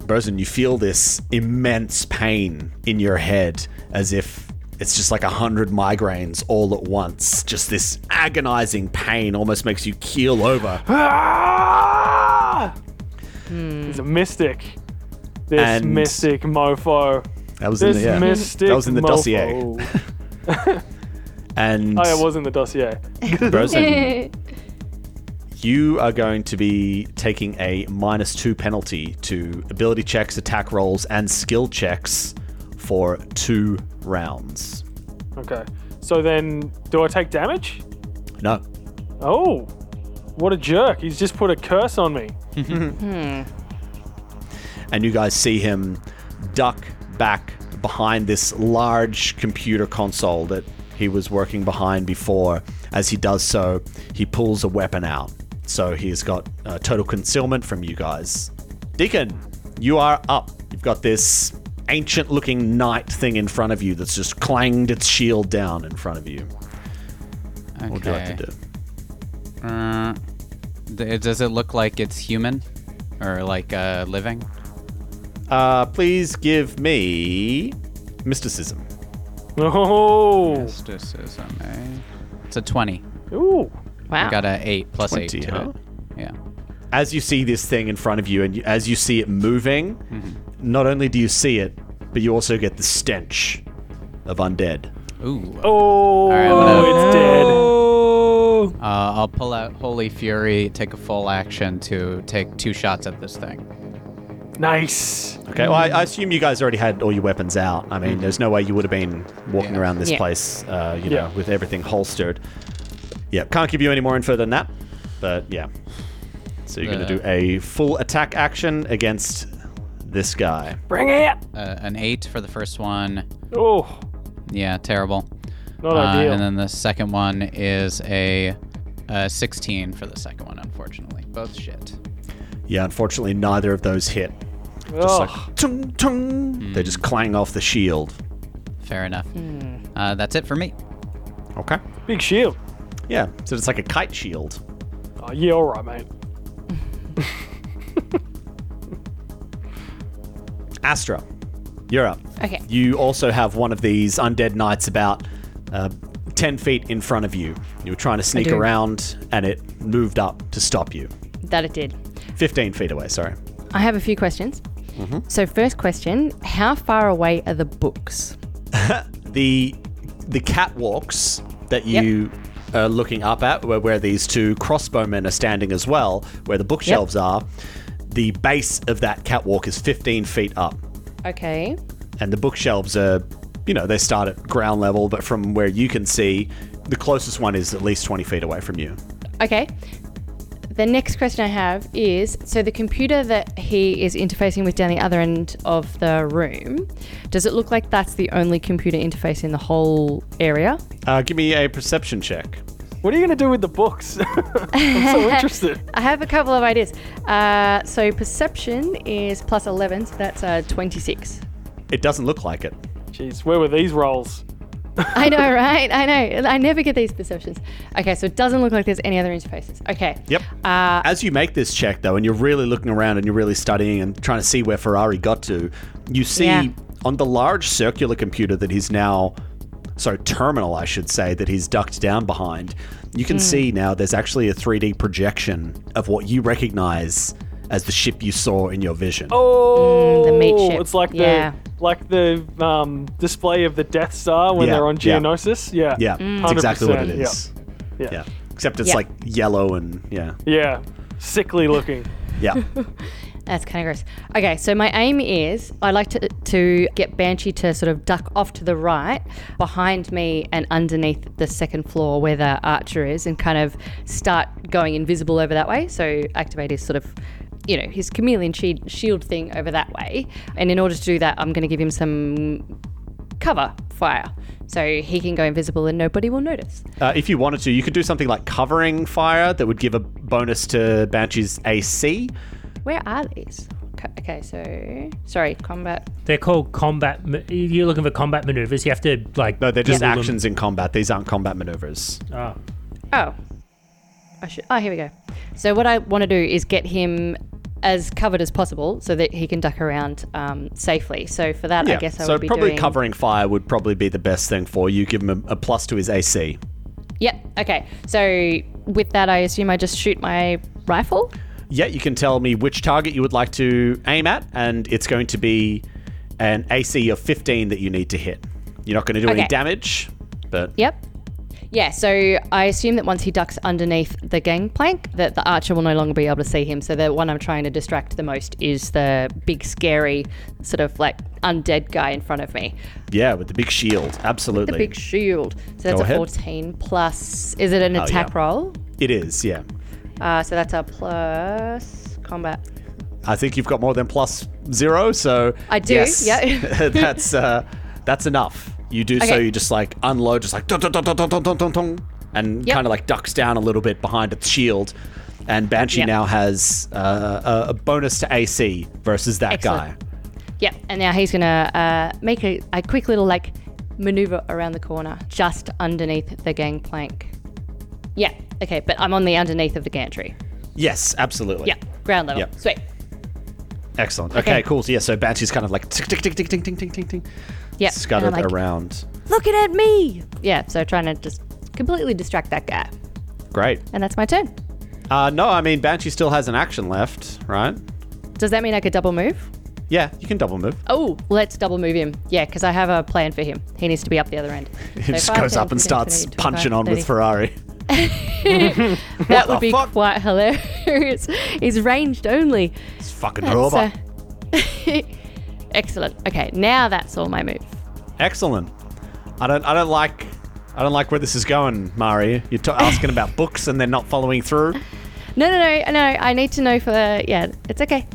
Speaker 1: Burzin, you feel this immense pain in your head as if it's just like a hundred migraines all at once. Just this agonizing pain almost makes you keel over.
Speaker 2: Ah! He's a mystic. This
Speaker 1: And-
Speaker 2: mystic mofo.
Speaker 1: That was
Speaker 2: This
Speaker 1: in the, yeah.
Speaker 2: mystic
Speaker 1: That was in the
Speaker 2: mofo.
Speaker 1: dossier. And
Speaker 2: Oh, yeah, it was in the dossier.
Speaker 1: Burzin, you are going to be taking a minus two penalty to ability checks, attack rolls, and skill checks for two rounds.
Speaker 2: Okay. So then, do I take damage?
Speaker 1: No,
Speaker 2: Oh, what a jerk. He's just put a curse on me.
Speaker 1: and you guys see him duck back behind this large computer console that he was working behind before. As he does so, he pulls a weapon out. So he's got uh, total concealment from you guys. Deacon, you are up. You've got this ancient looking knight thing in front of you that's just clanged its shield down in front of you.
Speaker 3: Okay.
Speaker 1: What would you like to do?
Speaker 3: Uh, d- does it look like it's human or like uh, living?
Speaker 1: Uh, please give me mysticism.
Speaker 2: Oh.
Speaker 3: Mysticism, eh? It's a 20.
Speaker 2: Ooh.
Speaker 3: I
Speaker 4: Wow.
Speaker 3: got a 8 plus 8
Speaker 1: 20,
Speaker 3: to
Speaker 1: huh?
Speaker 3: it. Yeah.
Speaker 1: as you see this thing in front of you and you, as you see it moving, not only do you see it, but you also get the stench of undead.
Speaker 3: Ooh.
Speaker 2: Oh,
Speaker 3: right, I'm gonna-
Speaker 2: it's dead.
Speaker 3: Uh, I'll pull out Holy Fury, take a full action to take two shots at this thing.
Speaker 2: Nice.
Speaker 1: Okay, well, I, I assume you guys already had all your weapons out. I mean, there's no way you would have been walking
Speaker 3: Yeah.
Speaker 1: around this
Speaker 7: Yeah.
Speaker 1: place, uh, you
Speaker 2: Yeah.
Speaker 1: know, with everything holstered. Yeah, can't give you any more info than that, but yeah. So you're going
Speaker 3: Uh.
Speaker 1: to do a full attack action against this guy.
Speaker 2: Bring it.
Speaker 3: Uh, an eight for the first one.
Speaker 2: Oh,
Speaker 3: Yeah, terrible.
Speaker 2: not
Speaker 3: Uh,
Speaker 2: ideal.
Speaker 3: and then the second one is a, uh 16 for the second one, unfortunately. Both shit.
Speaker 1: Yeah, unfortunately, neither of those hit. Just
Speaker 2: Ugh.
Speaker 1: like, tung, tung. They just clang off the shield.
Speaker 3: Fair enough. Uh, that's it for me.
Speaker 1: Okay.
Speaker 2: big shield.
Speaker 1: Yeah, so it's like a kite shield.
Speaker 2: Oh, yeah, all right, mate.
Speaker 1: Astra, you're up.
Speaker 4: Okay.
Speaker 1: You also have one of these undead knights about uh, 10 feet in front of you. You were trying to sneak
Speaker 7: do.
Speaker 1: around and it moved up to stop you.
Speaker 4: That it did.
Speaker 1: 15 feet away, sorry.
Speaker 4: I have a few questions. So, first question How far away are the books?
Speaker 1: The the catwalks that you are looking up at, where, where these two crossbowmen are standing as well, where the bookshelves are, the base of that catwalk is 15 feet up.
Speaker 4: Okay.
Speaker 1: and the bookshelves are you know they start at ground level but from where you can see the closest one is at least 20 feet away from you
Speaker 4: Okay. The next question I have is so the computer that he is interfacing with down the other end of the room, does it look like that's the only computer interface in the whole area?
Speaker 1: uh, give me a perception check
Speaker 2: What are you gonna do with the books? I'm so interested.
Speaker 4: I have a couple of ideas. Uh, so perception is plus 11, so that's uh, 26.
Speaker 1: it doesn't look like it
Speaker 2: Jeez, where were these rolls?
Speaker 4: I know, right? I know. I never get these perceptions. Okay, so it doesn't look like there's any other interfaces. Okay.
Speaker 1: yep uh, as you make this check though and you're really looking around and you're really studying and trying to see where ferrari got to you see
Speaker 4: Yeah.
Speaker 1: on the large circular computer that he's now so terminal i should say that he's ducked down behind you can see now there's actually a 3d projection of what you recognize as the ship you saw in your vision
Speaker 2: Oh,
Speaker 4: Mm, the meat ship.
Speaker 2: It's like the
Speaker 4: Yeah.
Speaker 2: like the um, display of the Death Star when
Speaker 1: Yeah,
Speaker 2: they're on
Speaker 1: yeah.
Speaker 2: Geonosis. Yeah.
Speaker 1: Yeah,
Speaker 4: Mm.
Speaker 1: it's exactly what it
Speaker 2: 100%,
Speaker 1: is.
Speaker 2: Yeah.
Speaker 1: Yeah. Except it's
Speaker 4: Yeah.
Speaker 1: like yellow and yeah.
Speaker 2: Yeah. Sickly looking.
Speaker 1: Yeah.
Speaker 4: That's kind of gross. Okay, so my aim is I like to to get Banshee to sort of duck off to the right, behind me, and underneath the second floor where the archer is, and kind of start going invisible over that way. So activate his sort of, you know, his chameleon shield, shield thing over that way. And in order to do that, I'm going to give him some cover fire, so he can go invisible and nobody will notice.
Speaker 1: uh, if you wanted to, you could do something like covering fire that would give a bonus to Banshee's AC.
Speaker 4: Where are these? Co- Okay, so sorry, combat.
Speaker 8: They're called combat. ma- You're looking for combat maneuvers. You have to like.
Speaker 1: No, they're just
Speaker 8: double them.
Speaker 1: actions in combat. These aren't combat maneuvers.
Speaker 8: Oh.
Speaker 4: Oh. I should. Oh, here we go. So what I want to do is get him as covered as possible so that he can duck around um, safely. So for that, I guess I
Speaker 1: so
Speaker 4: would be
Speaker 1: probably
Speaker 4: doing.
Speaker 1: covering fire would probably be the best thing for you. Give him a, a plus to his AC.
Speaker 4: Yep. Okay. So with that, I assume I just shoot my rifle.
Speaker 1: Yeah, you can tell me which target you would like to aim at, and it's going to be an AC of 15 that you need to hit. You're not going to do any
Speaker 4: Okay.
Speaker 1: damage, but
Speaker 4: Yep. Yeah. So I assume that once he ducks underneath the gangplank, that the archer will no longer be able to see him. So the one I'm trying to distract the most is the big, scary, sort of like undead guy in front of me.
Speaker 1: yeah, with the big shield, absolutely.
Speaker 4: The big shield. So that's
Speaker 1: Go
Speaker 4: a
Speaker 1: ahead.
Speaker 4: 14 plus. Is it an attack
Speaker 1: yeah.
Speaker 4: roll?
Speaker 1: It is, yeah.
Speaker 4: Uh, so that's a plus combat.
Speaker 1: I think you've got more than plus zero, so
Speaker 4: I do,
Speaker 1: Yes.
Speaker 4: yeah.
Speaker 1: that's uh, that's enough. You do so.
Speaker 4: Okay.
Speaker 1: You just like unload, just like dun, dun, dun, dun, dun, dun, dun, dun, dun, and
Speaker 4: Yep.
Speaker 1: kind of like ducks down a little bit behind its shield. And Banshee
Speaker 4: Yep.
Speaker 1: now has uh, a, a bonus to AC versus that
Speaker 4: Excellent.
Speaker 1: guy.
Speaker 4: Yep. And now he's gonna uh, make a, a quick little like maneuver around the corner, just underneath the gangplank. Yeah. Okay. But I'm on the underneath of the gantry.
Speaker 1: Yes, absolutely.
Speaker 4: Yeah. Ground level.
Speaker 1: Yep.
Speaker 4: Sweet.
Speaker 1: Excellent. Okay,
Speaker 4: Okay.
Speaker 1: cool. So yeah, so Banshee's kind of like tick tick tick tick tick tick tick tick tick,
Speaker 4: Yeah.
Speaker 1: scuttered around.
Speaker 4: Looking at me. Yeah. So trying to just completely distract that guy.
Speaker 1: Great.
Speaker 4: And that's my turn.
Speaker 1: Uh, no, I mean, Banshee still has an action left, right?
Speaker 4: Does that mean I could double move?
Speaker 1: Yeah, you can double move.
Speaker 4: Oh, let's double move him. Yeah, because I have a plan for him. He needs to be up the other end.
Speaker 1: He just goes up and starts punching on with Ferrari.
Speaker 4: That would be
Speaker 1: fuck?
Speaker 4: quite hilarious. He's ranged only.
Speaker 1: It's fucking
Speaker 4: That's,
Speaker 1: robot.
Speaker 4: uh, Excellent. Okay, now that's all my move.
Speaker 1: Excellent. I don't. I don't like. I don't like where this is going, Mari. You're t- asking about books and they're not following through.
Speaker 4: No, no, no, no. I need to know for yeah. It's okay.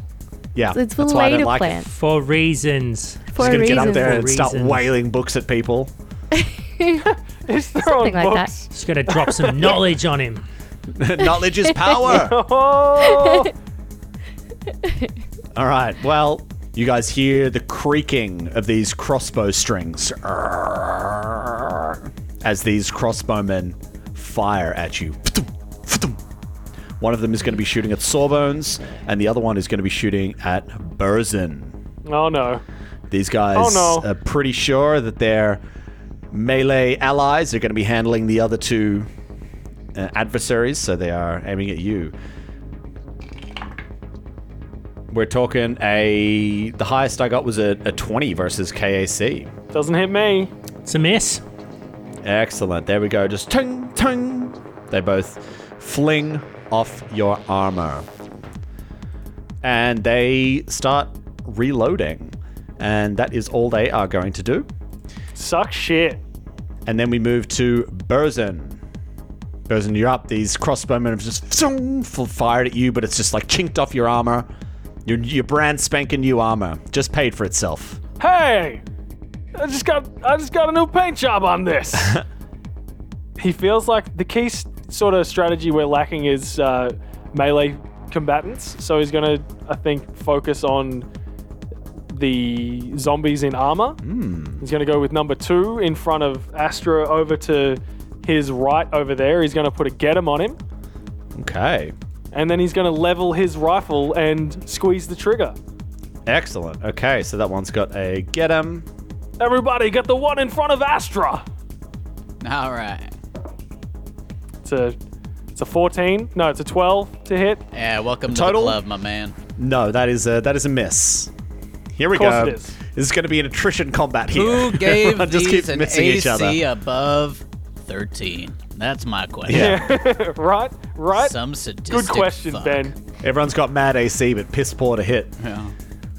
Speaker 1: Yeah,
Speaker 4: It's for
Speaker 1: Ah, that's why I
Speaker 4: later
Speaker 1: don't like
Speaker 4: plan.
Speaker 1: it.
Speaker 8: For reasons.
Speaker 4: For
Speaker 1: She's
Speaker 4: a
Speaker 1: gonna
Speaker 4: reason.
Speaker 1: get up there
Speaker 8: For
Speaker 1: and start
Speaker 8: reasons.
Speaker 1: wailing books at people.
Speaker 2: It's
Speaker 4: Something
Speaker 2: throwing
Speaker 4: like that.
Speaker 2: books.
Speaker 8: Just gonna drop some knowledge on him.
Speaker 1: Knowledge is power.
Speaker 2: Oh,
Speaker 1: All right. Well, you guys hear the creaking of these crossbow strings as these crossbowmen fire at you. One of them is going to be shooting at Sawbones, and the other one is going to be shooting at Burzin.
Speaker 2: oh no.
Speaker 1: These guys
Speaker 2: Oh, no.
Speaker 1: are pretty sure that their melee allies are going to be handling the other two uh, adversaries, so they are aiming at you. We're talking a. The highest I got was a, a 20 versus KAC.
Speaker 2: Doesn't hit me.
Speaker 8: It's a miss.
Speaker 1: Excellent. There we go. Just tung, tung. They both fling off your armor. And they start reloading. And that is all they are going to do.
Speaker 2: Suck shit.
Speaker 1: And then we move to Burzin. Burzin, you're up. These crossbowmen have just zoom, f- fired at you, but it's just like chinked off your armor. Your, your brand spanking new armor just paid for itself.
Speaker 2: Hey, I just got I just got a new paint job on this. he feels like the key s- sort of strategy we're lacking is uh, melee combatants, so he's gonna I think focus on the zombies in armor. He's gonna go with number two in front of Astra over to his right over there. He's gonna put a get him on him,
Speaker 1: Okay.
Speaker 2: and then he's gonna level his rifle and squeeze the trigger.
Speaker 1: Excellent. Okay, so that one's got a get 'em.
Speaker 2: Everybody, get the one in front of Astra.
Speaker 3: All right.
Speaker 2: It's a it's a 14. No, it's a 12 to hit. Of
Speaker 3: Yeah, welcome
Speaker 1: Total?
Speaker 3: to the club, my man.
Speaker 1: No, that is a that is a miss. Here we
Speaker 2: course
Speaker 1: go.
Speaker 2: it is.
Speaker 1: This is going to be an attrition combat here.
Speaker 3: Who gave
Speaker 1: Everyone just
Speaker 3: these
Speaker 1: keeps
Speaker 3: an
Speaker 1: missing
Speaker 3: AC
Speaker 1: each other.
Speaker 3: above 13? That's my question.
Speaker 2: Yeah. right? Right?
Speaker 3: Some
Speaker 2: Good
Speaker 3: sadistic
Speaker 2: question,
Speaker 3: fuck.
Speaker 2: Ben.
Speaker 1: Everyone's got mad AC, but piss poor to hit.
Speaker 3: Yeah.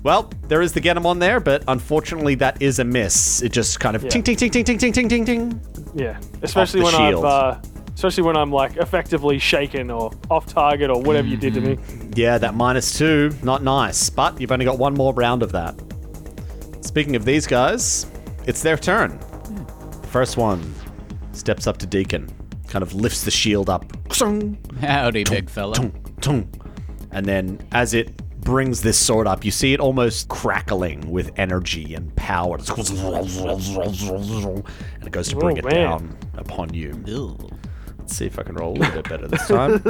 Speaker 1: Well, there is the get 'em on there, but unfortunately, that is a miss. It just kind of ting ting ting ting ting ting ting ting ting.
Speaker 2: Yeah. Especially
Speaker 1: the
Speaker 2: when
Speaker 1: shield.
Speaker 2: I've uh, especially when I'm like effectively shaken or off target or whatever you did to me.
Speaker 1: Yeah, that minus two, not nice. But you've only got one more round of that. Speaking of these guys, it's their turn. First one steps up to Deacon, kind of lifts the shield up.
Speaker 3: Howdy, big fella.
Speaker 1: Tung, tung. And then as it brings this sword up, you see it almost crackling with energy and power. And it goes to bring
Speaker 2: Oh,
Speaker 1: it
Speaker 2: man.
Speaker 1: down upon you.
Speaker 3: Ew.
Speaker 1: Let's see if I can roll a little bit better this time.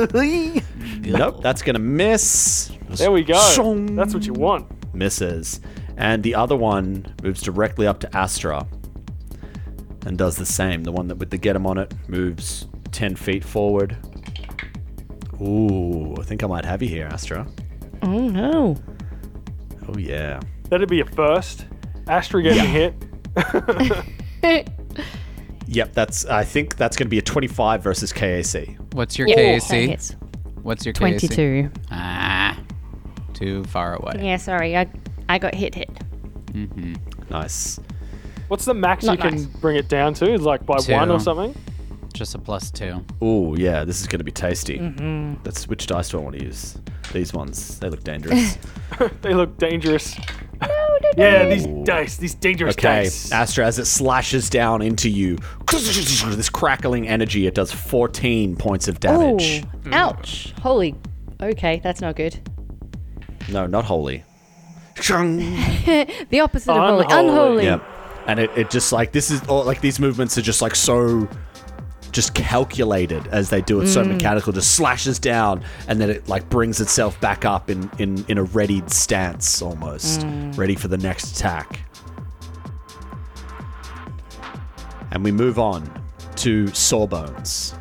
Speaker 1: nope, that's going to miss.
Speaker 2: There we go.
Speaker 1: Shong.
Speaker 2: That's what you want.
Speaker 1: Misses. And the other one moves directly up to Astra and does the same. The one that with the get him on it moves 10 feet forward. Ooh, I think I might have you here, Astra.
Speaker 4: Oh no.
Speaker 1: Oh, yeah.
Speaker 2: That'd be a first. Astra getting hit.
Speaker 1: Yep, that's. I think that's going to be a 25 versus KAC.
Speaker 3: What's your
Speaker 4: That
Speaker 3: KAC?
Speaker 4: hits.
Speaker 3: What's your KAC?
Speaker 4: Twenty-two.
Speaker 3: Ah, too far away.
Speaker 4: Yeah, sorry. I I got hit hit.
Speaker 1: Nice.
Speaker 2: What's the max
Speaker 4: Not
Speaker 2: you can
Speaker 4: nice.
Speaker 2: bring it down to? It's like by
Speaker 3: Two.
Speaker 2: one or something?
Speaker 3: Just a plus two.
Speaker 1: Ooh, yeah, this is going to be tasty. That's which dice do I want to use? These ones. They look dangerous.
Speaker 2: They look dangerous. yeah, these
Speaker 1: Ooh.
Speaker 2: dice, these dangerous
Speaker 1: Okay,
Speaker 2: dice.
Speaker 1: Astra, as it slashes down into you, this crackling energy, it does 14 points of
Speaker 4: Oh,
Speaker 1: damage.
Speaker 4: ouch! Holy. Okay, that's not good.
Speaker 1: No, not holy.
Speaker 4: The opposite of holy.
Speaker 2: Unholy.
Speaker 4: Unholy.
Speaker 1: Yeah. And it, it just like, this is, or like these movements are just like so, just calculated as they do it so mechanical, just slashes down and then it like brings itself back up in, in, in a readied stance almost, ready for the next attack. And we move on to Sawbones.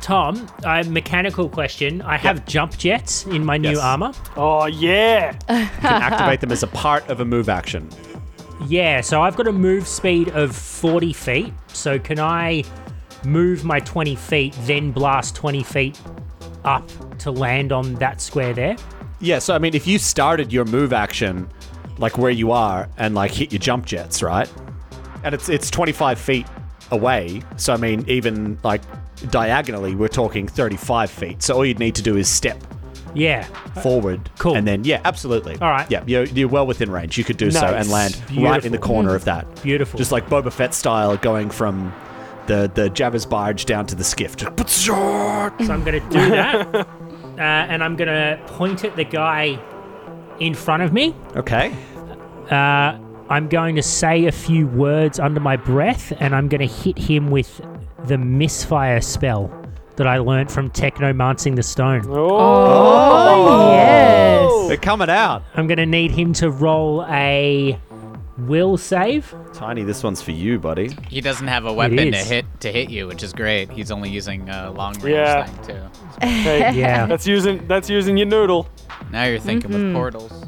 Speaker 8: Tom, a mechanical question. I have jump jets in my new
Speaker 1: Yes.
Speaker 8: armor.
Speaker 2: Oh yeah.
Speaker 1: can activate them as a part of a move action.
Speaker 8: Yeah, so I've got a move speed of 40 feet. So can I move my 20 feet, then blast 20 feet up to land on that square there?
Speaker 1: Yeah, so I mean, if you started your move action, like where you are, and like hit your jump jets, right? And it's it's 25 feet away, so I mean, even like diagonally, we're talking 35 feet. So all you'd need to do is step
Speaker 8: Yeah.
Speaker 1: forward,
Speaker 8: Cool.
Speaker 1: and then yeah, absolutely.
Speaker 8: All right.
Speaker 1: yeah, you're, you're well within range. You could do so
Speaker 8: Nice.
Speaker 1: and land right in the
Speaker 8: Beautiful.
Speaker 1: corner of that.
Speaker 8: Beautiful.
Speaker 1: just like Boba Fett style, going from the the Jabba's barge down to the skiff.
Speaker 8: So I'm going to do that. uh, and I'm going to point at the guy in front of me.
Speaker 1: Okay.
Speaker 8: Uh, I'm going to say a few words under my breath, and I'm going to hit him with the misfire spell that I learnt from Technomancing the Stone.
Speaker 4: Oh, yes.
Speaker 1: They're coming out.
Speaker 8: I'm going to need him to roll a will save.
Speaker 1: Tiny, this one's for you, buddy.
Speaker 3: He doesn't have a weapon to
Speaker 8: is.
Speaker 3: hit to hit you, which is great. He's only using a long range
Speaker 2: Yeah.
Speaker 3: thing too.
Speaker 2: Hey,
Speaker 8: Yeah.
Speaker 2: Oh, That's using that's using your noodle.
Speaker 3: Now you're thinking with portals.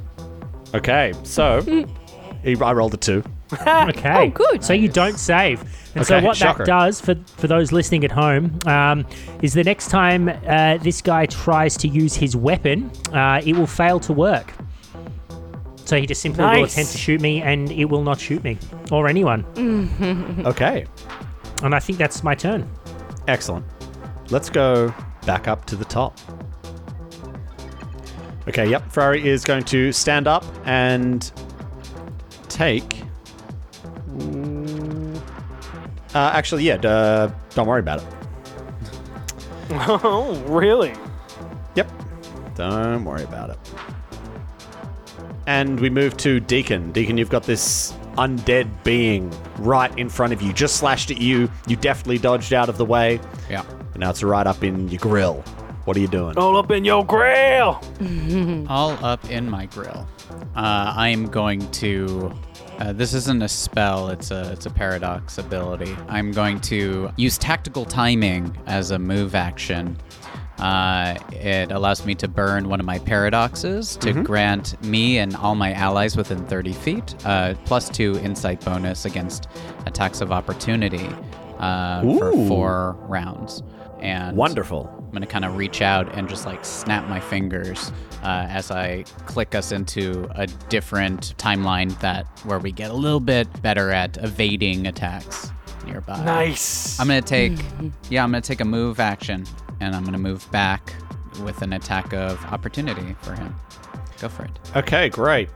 Speaker 1: Okay, so he, I rolled a two.
Speaker 8: Okay.
Speaker 4: Oh, good.
Speaker 8: So you don't save. And so
Speaker 1: Okay,
Speaker 8: what
Speaker 1: shocker.
Speaker 8: that does for for those listening at home um, is the next time uh, this guy tries to use his weapon, uh, it will fail to work. So he just simply will
Speaker 2: Nice.
Speaker 8: attempt to shoot me, and it will not shoot me or anyone.
Speaker 1: Okay,
Speaker 8: And I think that's my turn.
Speaker 1: excellent. Let's go back up to the top. Okay, yep. Ferrari is going to stand up and take. Uh, actually, yeah. Uh, don't worry about it.
Speaker 2: Oh really?
Speaker 1: Yep. Don't worry about it. And we move to Deacon. Deacon, you've got this undead being right in front of you. Just slashed at you. You deftly dodged out of the way.
Speaker 3: Yeah.
Speaker 1: And now it's right up in your grill. What are you doing?
Speaker 2: All up in your grill.
Speaker 3: all up in my grill. Uh, I am going to. Uh, this isn't a spell; it's a it's a paradox ability. I'm going to use tactical timing as a move action. Uh, it allows me to burn one of my paradoxes to grant me and all my allies within 30 feet uh, plus two insight bonus against attacks of opportunity uh, for
Speaker 1: Ooh.
Speaker 3: four rounds. And
Speaker 1: Wonderful.
Speaker 3: I'm gonna kind of reach out and just like snap my fingers uh, as I click us into a different timeline that where we get a little bit better at evading attacks nearby.
Speaker 2: Nice.
Speaker 3: I'm gonna take yeah, I'm gonna take a move action and I'm gonna move back with an attack of opportunity for him. Go for it.
Speaker 1: Okay, great.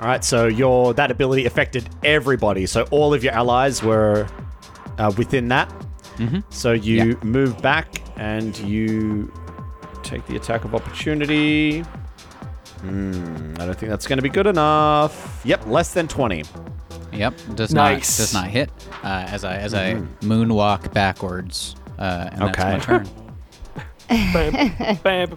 Speaker 1: All right, so your that ability affected everybody. So all of your allies were uh, within that. So you
Speaker 3: Yeah.
Speaker 1: move back and you take the attack of opportunity. Hmm, I don't think that's going to be good enough. Yep, less than twenty.
Speaker 3: Yep,
Speaker 2: Nice.
Speaker 3: does
Speaker 2: Mm-hmm.
Speaker 3: not does not hit uh, as I as I moonwalk backwards. Uh, and
Speaker 1: Okay.
Speaker 3: that's my turn.
Speaker 2: bam, bam, bam,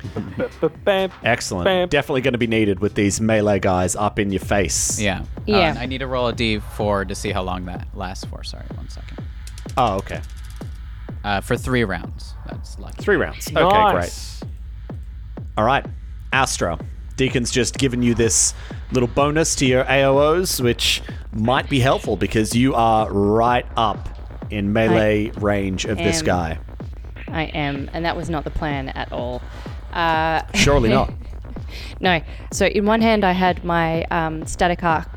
Speaker 2: bam, bam.
Speaker 1: Excellent.
Speaker 2: Bam.
Speaker 1: Definitely going to be needed with these melee guys up in your face.
Speaker 3: Yeah. Uh,
Speaker 4: Yeah.
Speaker 3: and I need to roll a d4 to see how long that lasts for. Sorry, one second.
Speaker 1: Oh, okay.
Speaker 3: Uh, for three rounds. That's lucky.
Speaker 1: Three rounds. Okay, great.
Speaker 2: nice.
Speaker 1: All right, Astro. Deacon's just given you this little bonus to your AOs, which might be helpful because you are right up in melee range of this
Speaker 4: am.
Speaker 1: guy.
Speaker 4: I am, and that was not the plan at all. Uh,
Speaker 1: Surely not.
Speaker 4: No. So in one hand I had my um, static arc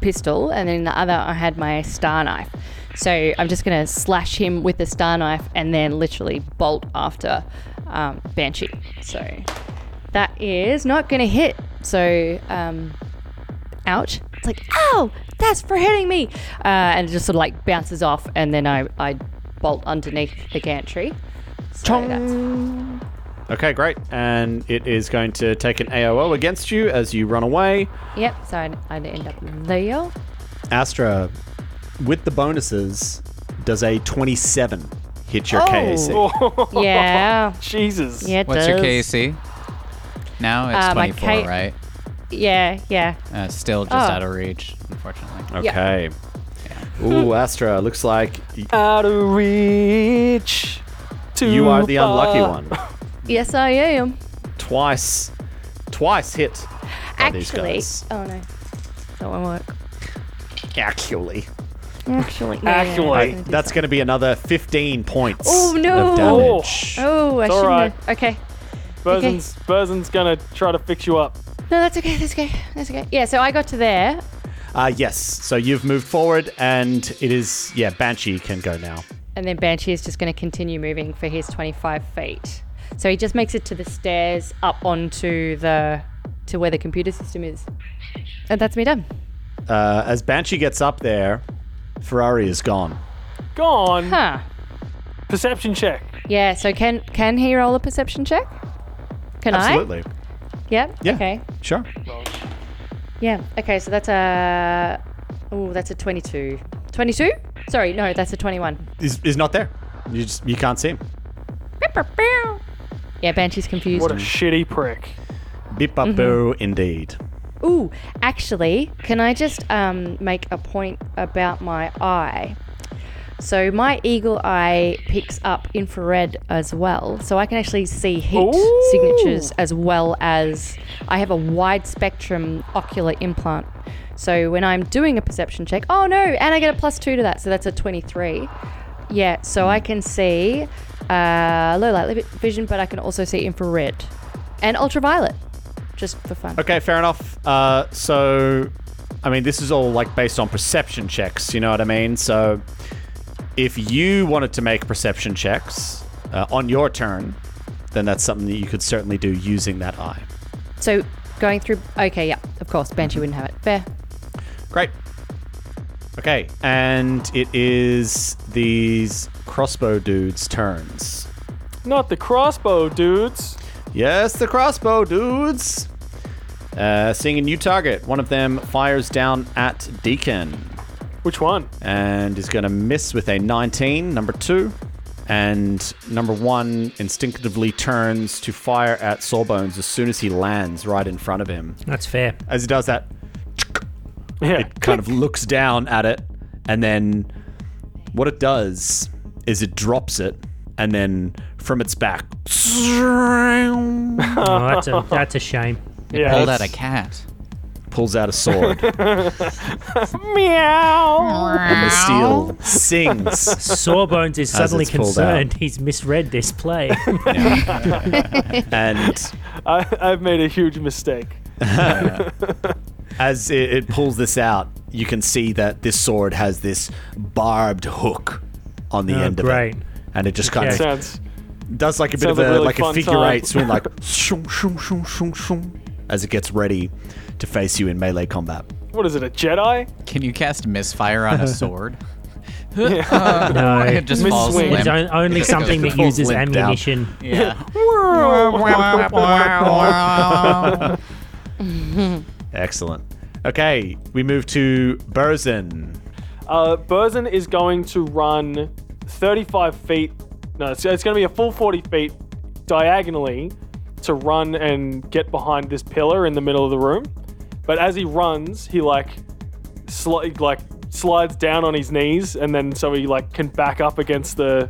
Speaker 4: pistol, and in the other I had my star knife. So I'm just gonna slash him with the star knife, and then literally bolt after um, Banshee. So that is not gonna hit. So um, ouch! It's like ow! That's for hitting me, uh, and it just sort of like bounces off, and then I I bolt underneath the gantry. So that's,
Speaker 1: Okay, great. And it is going to take an AOO against you as you run away.
Speaker 4: yep. So I I end up there.
Speaker 1: Astra, with the bonuses, does a 27 hit your
Speaker 4: Oh.
Speaker 1: KAC?
Speaker 4: Yeah.
Speaker 2: Jesus.
Speaker 4: Yeah, it
Speaker 3: What's your
Speaker 4: does.
Speaker 3: KC? Now it's
Speaker 4: Uh, my
Speaker 3: 24,
Speaker 4: K-
Speaker 3: right?
Speaker 4: Yeah, yeah.
Speaker 3: Uh, still just
Speaker 4: Oh.
Speaker 3: out of reach, unfortunately.
Speaker 1: Okay. Ooh, Astra, looks like
Speaker 2: Out of reach. too
Speaker 1: You are the unlucky
Speaker 2: far.
Speaker 1: one.
Speaker 4: Yes, I am.
Speaker 1: Twice. Twice hit. by these
Speaker 4: Actually,
Speaker 1: guys.
Speaker 4: oh no, that won't work.
Speaker 1: Actually.
Speaker 4: Actually,
Speaker 2: Actually.
Speaker 4: no, I
Speaker 1: Hey,
Speaker 4: was gonna do
Speaker 1: that's
Speaker 4: something.
Speaker 1: going to be another 15 points
Speaker 4: Oh, no.
Speaker 1: of damage.
Speaker 4: Oh, I
Speaker 2: It's
Speaker 4: shouldn't.
Speaker 2: alright.
Speaker 4: Have. Okay,
Speaker 2: Burzen's, Burzen's gonna try to fix you up.
Speaker 4: no, that's okay. That's okay. That's okay. Yeah, so I got to there.
Speaker 1: Uh, yes, so you've moved forward, and it is, yeah, Banshee can go now.
Speaker 4: And then Banshee is just going to continue moving for his 25 feet. So he just makes it to the stairs up onto the to where the computer system is. And that's me done.
Speaker 1: Uh, as Banshee gets up there, Ferrari is gone.
Speaker 2: Go on.
Speaker 4: Huh.
Speaker 2: Perception check.
Speaker 4: Yeah, so can can he roll a perception check? Can
Speaker 1: Absolutely.
Speaker 4: I? Yep.
Speaker 1: Yeah.
Speaker 4: Okay.
Speaker 1: Sure.
Speaker 4: Yeah. Okay, so that's a Oh, that's a 22. 22? Sorry, no, that's a 21.
Speaker 1: He's, he's not there. You just you can't see him.
Speaker 4: Yeah, Banshee's confused.
Speaker 2: What
Speaker 1: Hmm.
Speaker 2: a shitty prick.
Speaker 1: Beep
Speaker 4: Mm-hmm.
Speaker 1: bop boo, indeed.
Speaker 4: Ooh, actually, can I just um, make a point about my eye? So my eagle eye picks up infrared as well, so I can actually see heat
Speaker 2: Ooh.
Speaker 4: signatures as well as I have a wide spectrum ocular implant. So when I'm doing a perception check, oh no, and I get a plus two to that, so that's a 23. Yeah, so I can see uh, low light li- vision, but I can also see infrared and ultraviolet, just for fun.
Speaker 1: Okay, fair enough. Uh, so, I mean, this is all like based on perception checks. You know what I mean? So, if you wanted to make perception checks uh, on your turn, then that's something that you could certainly do using that eye.
Speaker 4: So going through. Okay, yeah, of course, Banshee wouldn't have it. Fair.
Speaker 1: Great. Okay, and it is these crossbow dudes' turns.
Speaker 2: Not the crossbow, dudes.
Speaker 1: Yes, the crossbow dudes. Uh, seeing a new target, one of them fires down at Deacon.
Speaker 2: Which one?
Speaker 1: and is going to miss with a 19, number two. And number one instinctively turns to fire at Sawbones as soon as he lands right in front of him.
Speaker 8: That's fair.
Speaker 1: As he does that,
Speaker 2: Yeah.
Speaker 1: it kind of looks down at it, and then what it does is it drops it, and then from its back,
Speaker 8: Oh, that's a that's a shame.
Speaker 2: yeah.
Speaker 3: Pulled out
Speaker 2: that's-
Speaker 3: a cat.
Speaker 1: pulls out a sword.
Speaker 2: Meow.
Speaker 1: and the steel sings.
Speaker 8: Sawbones is suddenly
Speaker 1: it's pulled
Speaker 8: concerned.
Speaker 1: out.
Speaker 8: He's misread this play.
Speaker 1: And
Speaker 4: Hmm.
Speaker 2: I, I've made a huge mistake.
Speaker 1: as it, it pulls this out, you can see that this sword has this barbed hook on the
Speaker 8: Oh,
Speaker 1: end of
Speaker 8: great.
Speaker 1: it, and it just kind
Speaker 8: Okay.
Speaker 1: of
Speaker 2: Sounds.
Speaker 1: does like a bit of a
Speaker 2: Sounds like a really
Speaker 1: like a
Speaker 2: fun
Speaker 1: figure
Speaker 2: time.
Speaker 1: eight swing, like shoom, shoom, shoom, shoom, shoom, as it gets ready to face you in melee combat.
Speaker 2: What is it? A Jedi?
Speaker 3: Can you cast misfire on a sword?
Speaker 8: no,
Speaker 3: it just falls
Speaker 2: Misswing.
Speaker 8: it's
Speaker 3: limp.
Speaker 8: on- only
Speaker 3: It just
Speaker 8: something
Speaker 3: goes
Speaker 8: that uses
Speaker 1: limp down.
Speaker 8: ammunition.
Speaker 3: Yeah.
Speaker 1: Excellent. Okay, we move to Burzen.
Speaker 2: Uh, Burzen is going to run 35 feet. No, it's, it's going to be a full 40 feet diagonally to run and get behind this pillar in the middle of the room. But as he runs, he like, sli- like slides down on his knees, and then so he like can back up against the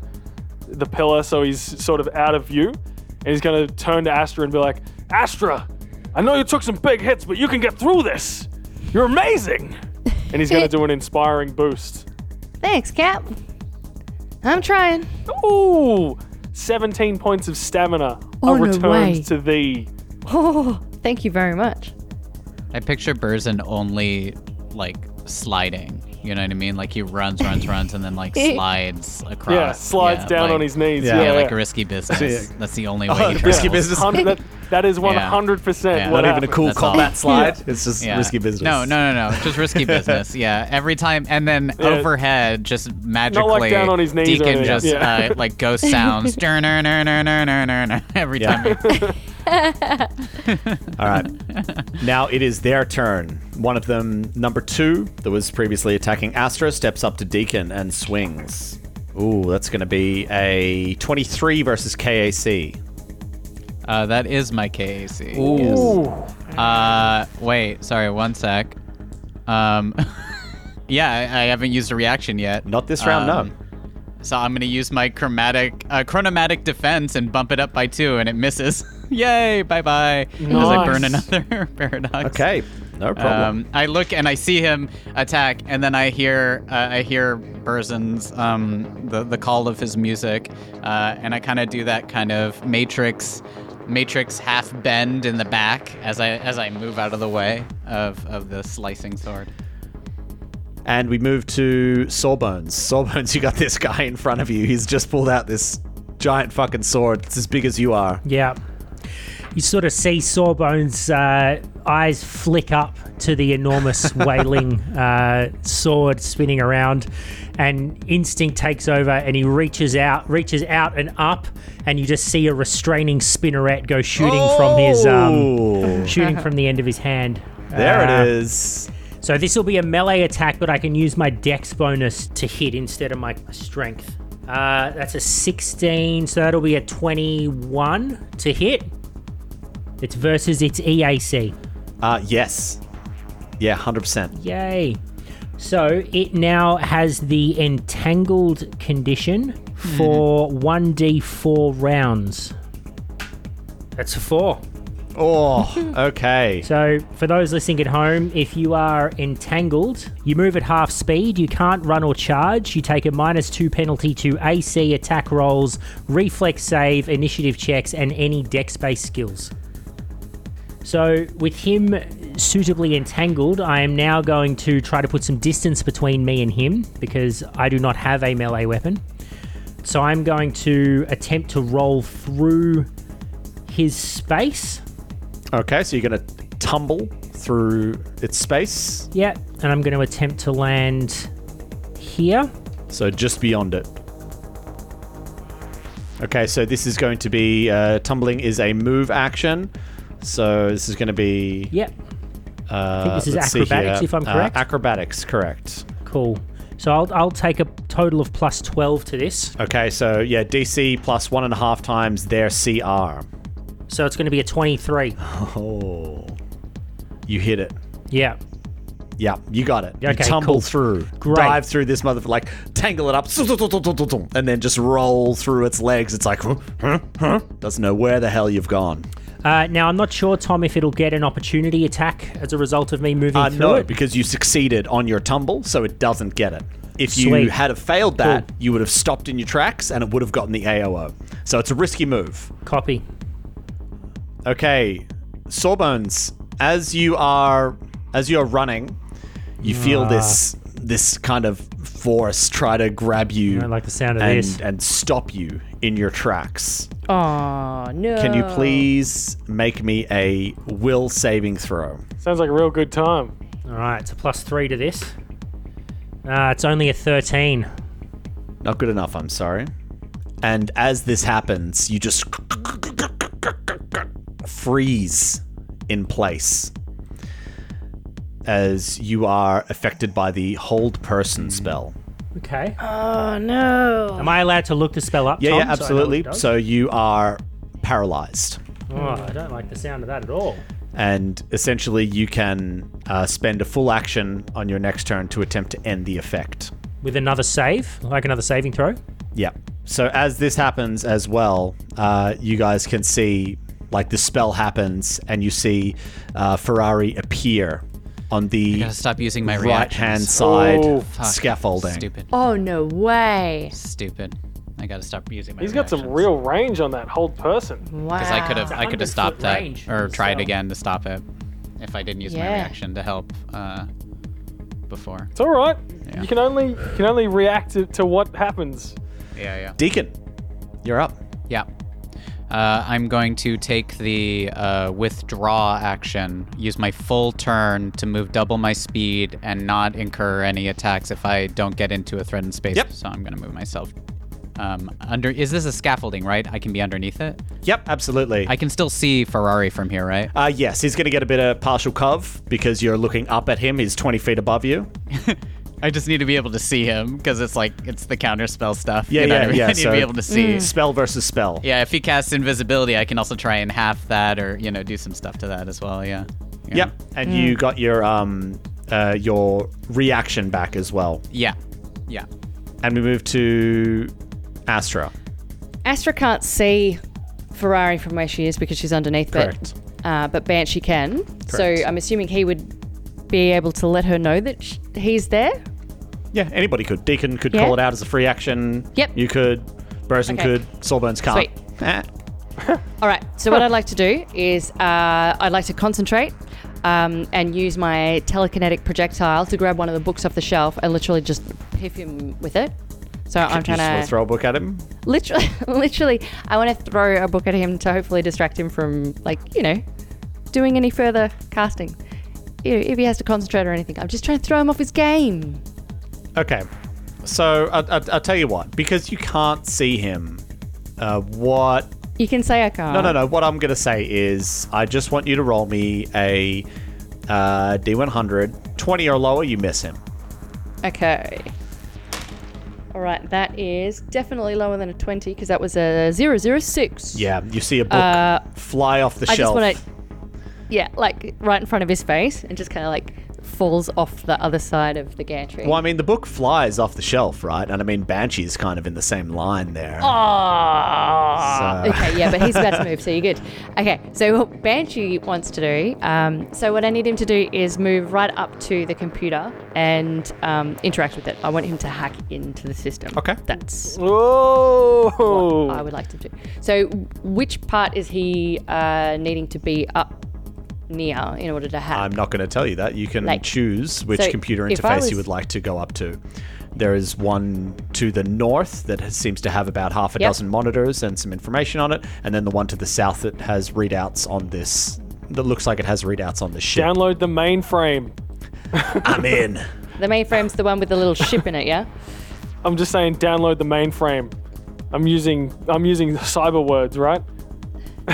Speaker 2: the pillar, so he's sort of out of view. And he's going to turn to Astra and be like, "Astra, I know you took some big hits, but you can get through this. You're amazing." and he's going to do an inspiring boost.
Speaker 4: Thanks, Cap. I'm trying.
Speaker 2: Ooh, 17 points of stamina
Speaker 4: Oh,
Speaker 2: are
Speaker 4: no
Speaker 2: returned
Speaker 4: way.
Speaker 2: to thee.
Speaker 4: Oh, thank you very much.
Speaker 3: I picture Burzin only like sliding. You know what I mean? Like he runs, runs, runs, and then like slides across.
Speaker 2: Yeah, slides
Speaker 3: Yeah,
Speaker 2: down on
Speaker 3: like-
Speaker 2: his knees.
Speaker 1: yeah,
Speaker 2: Yeah,
Speaker 3: Yeah,
Speaker 2: yeah. Oh,
Speaker 3: like a risky business. That's the only way. he
Speaker 1: risky
Speaker 3: travels.
Speaker 1: business.
Speaker 2: Hundred- that, that is 100%
Speaker 3: Yeah.
Speaker 2: what
Speaker 1: Not even a
Speaker 2: happened.
Speaker 1: cool
Speaker 3: That's all.
Speaker 1: combat slide. It's just
Speaker 3: Yeah.
Speaker 1: risky business.
Speaker 3: No, no, no, no. Just risky business. Yeah. Every time, and then overhead, just magically.
Speaker 2: down on his knees or
Speaker 3: Deacon
Speaker 2: anything.
Speaker 3: just
Speaker 2: Yeah.
Speaker 3: uh, like ghost sounds. Every time. he-
Speaker 1: All right. now it is their turn. One of them, number two, that was previously attacking Astra, steps up to Deacon and swings. Ooh, that's going to be a 23 versus KAC.
Speaker 3: Uh, that is my KAC.
Speaker 2: Ooh,
Speaker 3: Uh, wait. Sorry. One sec. Um, yeah, I, I haven't used a reaction yet.
Speaker 1: Not this round,
Speaker 3: Um,
Speaker 1: no.
Speaker 3: So I'm gonna use my chromatic, uh, chronomatic defense and bump it up by two, and it misses. Yay! Bye bye. As I burn
Speaker 2: Nice.
Speaker 3: another paradox.
Speaker 1: Okay, no problem.
Speaker 3: Um, I look and I see him attack, and then I hear uh, I hear Burzen's um, the the call of his music, uh, and I kind of do that kind of matrix matrix half bend in the back as I as I move out of the way of of the slicing sword.
Speaker 1: And we move to Sawbones. Sawbones, you got this guy in front of you. He's just pulled out this giant fucking sword. It's as big as you are.
Speaker 8: Yeah. You sort of see Sawbones' uh, eyes flick up to the enormous wailing uh, sword spinning around, and instinct takes over, and he reaches out, reaches out and up, and you just see a restraining spinneret go shooting from his um, shooting from the end of his hand.
Speaker 1: Oh. There
Speaker 8: Uh,
Speaker 1: it is.
Speaker 8: So this will be a melee attack, but I can use my dex bonus to hit instead of my strength. Uh, that's a 16, so that'll be a 21 to hit. It's versus its E EAC.
Speaker 1: Uh, yes. Yeah, 100%.
Speaker 8: Yay. So it now has the entangled condition for 1d4 rounds. That's a 4.
Speaker 1: Oh, okay.
Speaker 8: So, for those listening at home, if you are entangled, you move at half speed, you can't run or charge, you take a minus two penalty to AC, attack rolls, reflex save, initiative checks, and any dex based skills. So, with him suitably entangled, I am now going to try to put some distance between me and him because I do not have a melee weapon. So, I'm going to attempt to roll through his space.
Speaker 1: Okay, so you're going to tumble through its space.
Speaker 8: Yeah, and I'm going to attempt to land here.
Speaker 1: So just beyond it. Okay, so this is going to be uh, tumbling is a move action. So this is going to be.
Speaker 8: Yep,
Speaker 1: Uh,
Speaker 8: this is
Speaker 1: let's see
Speaker 8: acrobatics,
Speaker 1: here.
Speaker 8: if I'm
Speaker 1: Uh,
Speaker 8: correct.
Speaker 1: acrobatics, correct.
Speaker 8: cool. So I'll, I'll take a total of plus 12 to this.
Speaker 1: Okay, so yeah, DC plus one and a half times their CR.
Speaker 8: So it's going to be a 23.
Speaker 1: Oh. You hit it.
Speaker 8: Yeah.
Speaker 1: Yeah, you got it. you
Speaker 8: Okay,
Speaker 1: tumble
Speaker 8: cool.
Speaker 1: through,
Speaker 8: Great.
Speaker 1: dive through this motherfucker, like tangle it up, and then just roll through its legs. It's like, huh, huh, huh? Doesn't know where the hell you've gone.
Speaker 8: Uh, now, I'm not sure, Tom, if it'll get an opportunity attack as a result of me moving
Speaker 1: Uh,
Speaker 8: through
Speaker 1: no,
Speaker 8: it.
Speaker 1: because you succeeded on your tumble, so it doesn't get it. If you
Speaker 8: Sweet.
Speaker 1: had have failed that,
Speaker 8: Cool.
Speaker 1: you would have stopped in your tracks and it would have gotten the AOO. So it's a risky move.
Speaker 8: Copy.
Speaker 1: Okay, Sawbones, as you are as you are running, you
Speaker 8: Ah.
Speaker 1: feel this this kind of force try to grab you. I
Speaker 8: don't like the sound of
Speaker 1: and,
Speaker 8: this.
Speaker 1: And stop you in your tracks.
Speaker 4: Oh no.
Speaker 1: Can you please make me a will saving throw?
Speaker 2: Sounds like a real good time.
Speaker 8: All right, it's a plus 3 to this. Uh, it's only a 13.
Speaker 1: Not good enough, I'm sorry. And as this happens, you just freeze in place as you are affected by the hold person spell.
Speaker 8: Okay.
Speaker 4: Oh no.
Speaker 8: Am I allowed to look the spell up?
Speaker 1: Yeah,
Speaker 8: Tom,
Speaker 1: yeah,
Speaker 8: so I know what it
Speaker 1: absolutely.
Speaker 8: does?
Speaker 1: So you are paralyzed.
Speaker 8: oh, I don't like the sound of that at all.
Speaker 1: And essentially, you can uh, spend a full action on your next turn to attempt to end the effect.
Speaker 8: With another save, like another saving throw.
Speaker 1: Yeah. So as this happens as well, uh, you guys can see like the spell happens, and you see uh, Ferrari appear on the
Speaker 3: Gotta stop using my
Speaker 1: right hand
Speaker 3: reactions.
Speaker 1: side
Speaker 2: Oh,
Speaker 3: Fuck.
Speaker 1: scaffolding.
Speaker 3: Stupid.
Speaker 4: Oh no way.
Speaker 3: Stupid. I gotta stop using my.
Speaker 2: He's got some
Speaker 3: reactions.
Speaker 2: real range on that hold person.
Speaker 4: Wow.
Speaker 3: Because I could have, I could
Speaker 8: 100
Speaker 3: have stopped
Speaker 8: foot
Speaker 3: that
Speaker 8: range
Speaker 3: or
Speaker 8: as
Speaker 3: tried
Speaker 8: well.
Speaker 3: again to stop it, if I didn't use my
Speaker 4: Yeah.
Speaker 3: reaction to help uh, before.
Speaker 2: It's all right. You can only you can only react to, to what happens.
Speaker 3: Yeah, yeah,
Speaker 1: Deacon, you're up.
Speaker 3: yeah. Uh, I'm going to take the uh, withdraw action, use my full turn to move double my speed and not incur any attacks if I don't get into a threatened space.
Speaker 1: Yep.
Speaker 3: So I'm gonna move myself. Um, under is this a scaffolding, right? I can be underneath it.
Speaker 1: Yep, absolutely.
Speaker 3: I can still see Ferrari from here, right?
Speaker 1: uh, yes, he's going to get a bit of partial cov because you're looking up at him. He's 20 feet above you.
Speaker 3: I just need to be able to see him because it's like it's the counter spell stuff.
Speaker 1: Yeah,
Speaker 3: you know
Speaker 1: yeah,
Speaker 3: what I mean?
Speaker 1: yeah.
Speaker 3: I need
Speaker 1: so
Speaker 3: to be able to see.
Speaker 1: Spell versus spell.
Speaker 3: Mm. Yeah, if he casts invisibility, I can also try and half that or you know do some stuff to that as well. Yeah. Yeah.
Speaker 1: Yep, and you got your um uh, your reaction back as well.
Speaker 3: Yeah. Yeah.
Speaker 1: And we move to Astra.
Speaker 4: Astra can't see Ferrari from where she is because she's underneath
Speaker 1: Correct.
Speaker 4: it. Uh, but Banshee can. So
Speaker 1: Correct.
Speaker 4: I'm assuming he would be able to let her know that sh- he's there.
Speaker 1: Yeah, anybody could. Deacon could
Speaker 4: Yeah.
Speaker 1: call it out as a free action.
Speaker 4: Yep.
Speaker 1: You could. Burson
Speaker 4: Okay.
Speaker 1: could. Sawbones can't. Eh.
Speaker 4: All right. So what I'd like to do is uh, I'd like to concentrate um, and use my telekinetic projectile to grab one of the books off the shelf and literally just piff him with it. So I'm
Speaker 1: You just
Speaker 4: trying
Speaker 1: want
Speaker 4: to
Speaker 1: to throw a book at him.
Speaker 4: literally, literally, I want to throw a book at him to hopefully distract him from, like, you know, doing any further casting. You know, If he has to concentrate or anything, I'm just trying to throw him off his game.
Speaker 1: Okay. So I, I, I'll tell you what. Because you can't see him, uh, what
Speaker 4: You can say I can't.
Speaker 1: No, no, no. What I'm going to say is I just want you to roll me a uh, D100. 20 or lower, you miss him.
Speaker 4: Okay. All right, that is definitely lower than a 20 because that was a 006.
Speaker 1: Yeah, you see a book
Speaker 4: Uh,
Speaker 1: fly off the
Speaker 4: I
Speaker 1: shelf.
Speaker 4: just want to, yeah, like right in front of his face and just kind of like falls off the other side of the gantry.
Speaker 1: Well, I mean, the book flies off the shelf, right? And I mean, Banshee's kind of in the same line there.
Speaker 4: Oh.
Speaker 1: uh, So-
Speaker 4: Okay, yeah, but he's about to move, so you're good. Okay, so what Banshee wants to do, um, so what I need him to do is move right up to the computer and um, interact with it. I want him to hack into the system.
Speaker 1: Okay.
Speaker 4: That's
Speaker 3: Oh.
Speaker 2: Whoa!
Speaker 4: what I would like to do. So, which part is he uh, needing to be up near in order to hack?
Speaker 1: I'm not going to tell you that. You can
Speaker 4: Like-
Speaker 1: choose which
Speaker 4: So
Speaker 1: computer
Speaker 4: if I
Speaker 1: interface you
Speaker 4: was-
Speaker 1: would like to go up to. There is one to the north that has, seems to have about half a
Speaker 4: Yep.
Speaker 1: dozen monitors and some information on it, and then the one to the south that has readouts on this. That looks like it has readouts on the ship.
Speaker 2: Download the mainframe.
Speaker 1: I'm in.
Speaker 4: the mainframe's the one with the little ship in it, yeah?
Speaker 2: I'm just saying, download the mainframe. I'm using I'm using cyber words, right?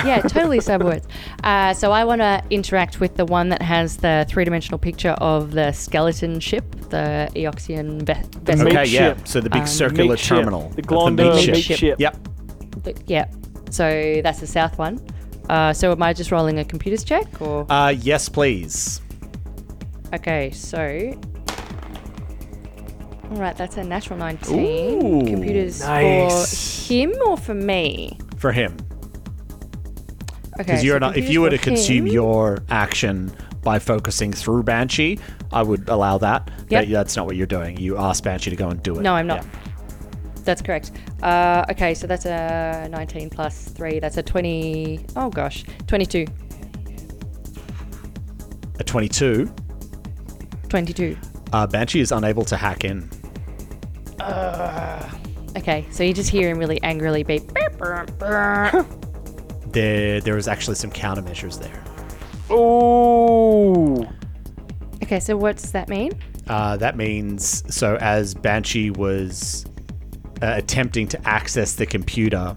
Speaker 4: yeah, totally cyber words. Uh, so I want to interact with the one that has the three-dimensional picture of the skeleton ship, the Eoxian ve- vessel.
Speaker 2: Meat
Speaker 1: okay, yeah.
Speaker 2: ship.
Speaker 1: So the big
Speaker 4: Um,
Speaker 1: circular
Speaker 2: Meat ship.
Speaker 1: terminal.
Speaker 2: The
Speaker 1: That's meat
Speaker 2: Glonder meat
Speaker 4: ship.
Speaker 2: ship.
Speaker 1: Yep.
Speaker 4: The- yeah. So that's the south one. Uh, so am I just rolling a computer's check, or
Speaker 1: Uh, yes, please.
Speaker 4: okay? So. All right, that's a natural 19. Computers
Speaker 2: nice.
Speaker 4: for him or for me?
Speaker 1: For him,
Speaker 4: Okay.
Speaker 1: because
Speaker 4: so
Speaker 1: you're not. If
Speaker 4: computers
Speaker 1: you were
Speaker 4: for
Speaker 1: to consume
Speaker 4: him.
Speaker 1: your action by focusing through Banshee, I would allow that.
Speaker 4: Yep.
Speaker 1: But that's not what you're doing. You asked Banshee to go and do it.
Speaker 4: No, I'm not.
Speaker 1: Yeah.
Speaker 4: That's correct. Uh, okay, so that's a 19 plus 3. That's a 20. Oh, gosh. 22.
Speaker 1: A 22.
Speaker 4: 22.
Speaker 1: Uh, Banshee is unable to hack in.
Speaker 4: Okay, so you just hear him really angrily beep. beep, brr, brr.
Speaker 1: There, there is actually some countermeasures there.
Speaker 2: Ooh.
Speaker 4: Okay, so what's that mean?
Speaker 1: Uh, that means so as Banshee was uh, attempting to access the computer,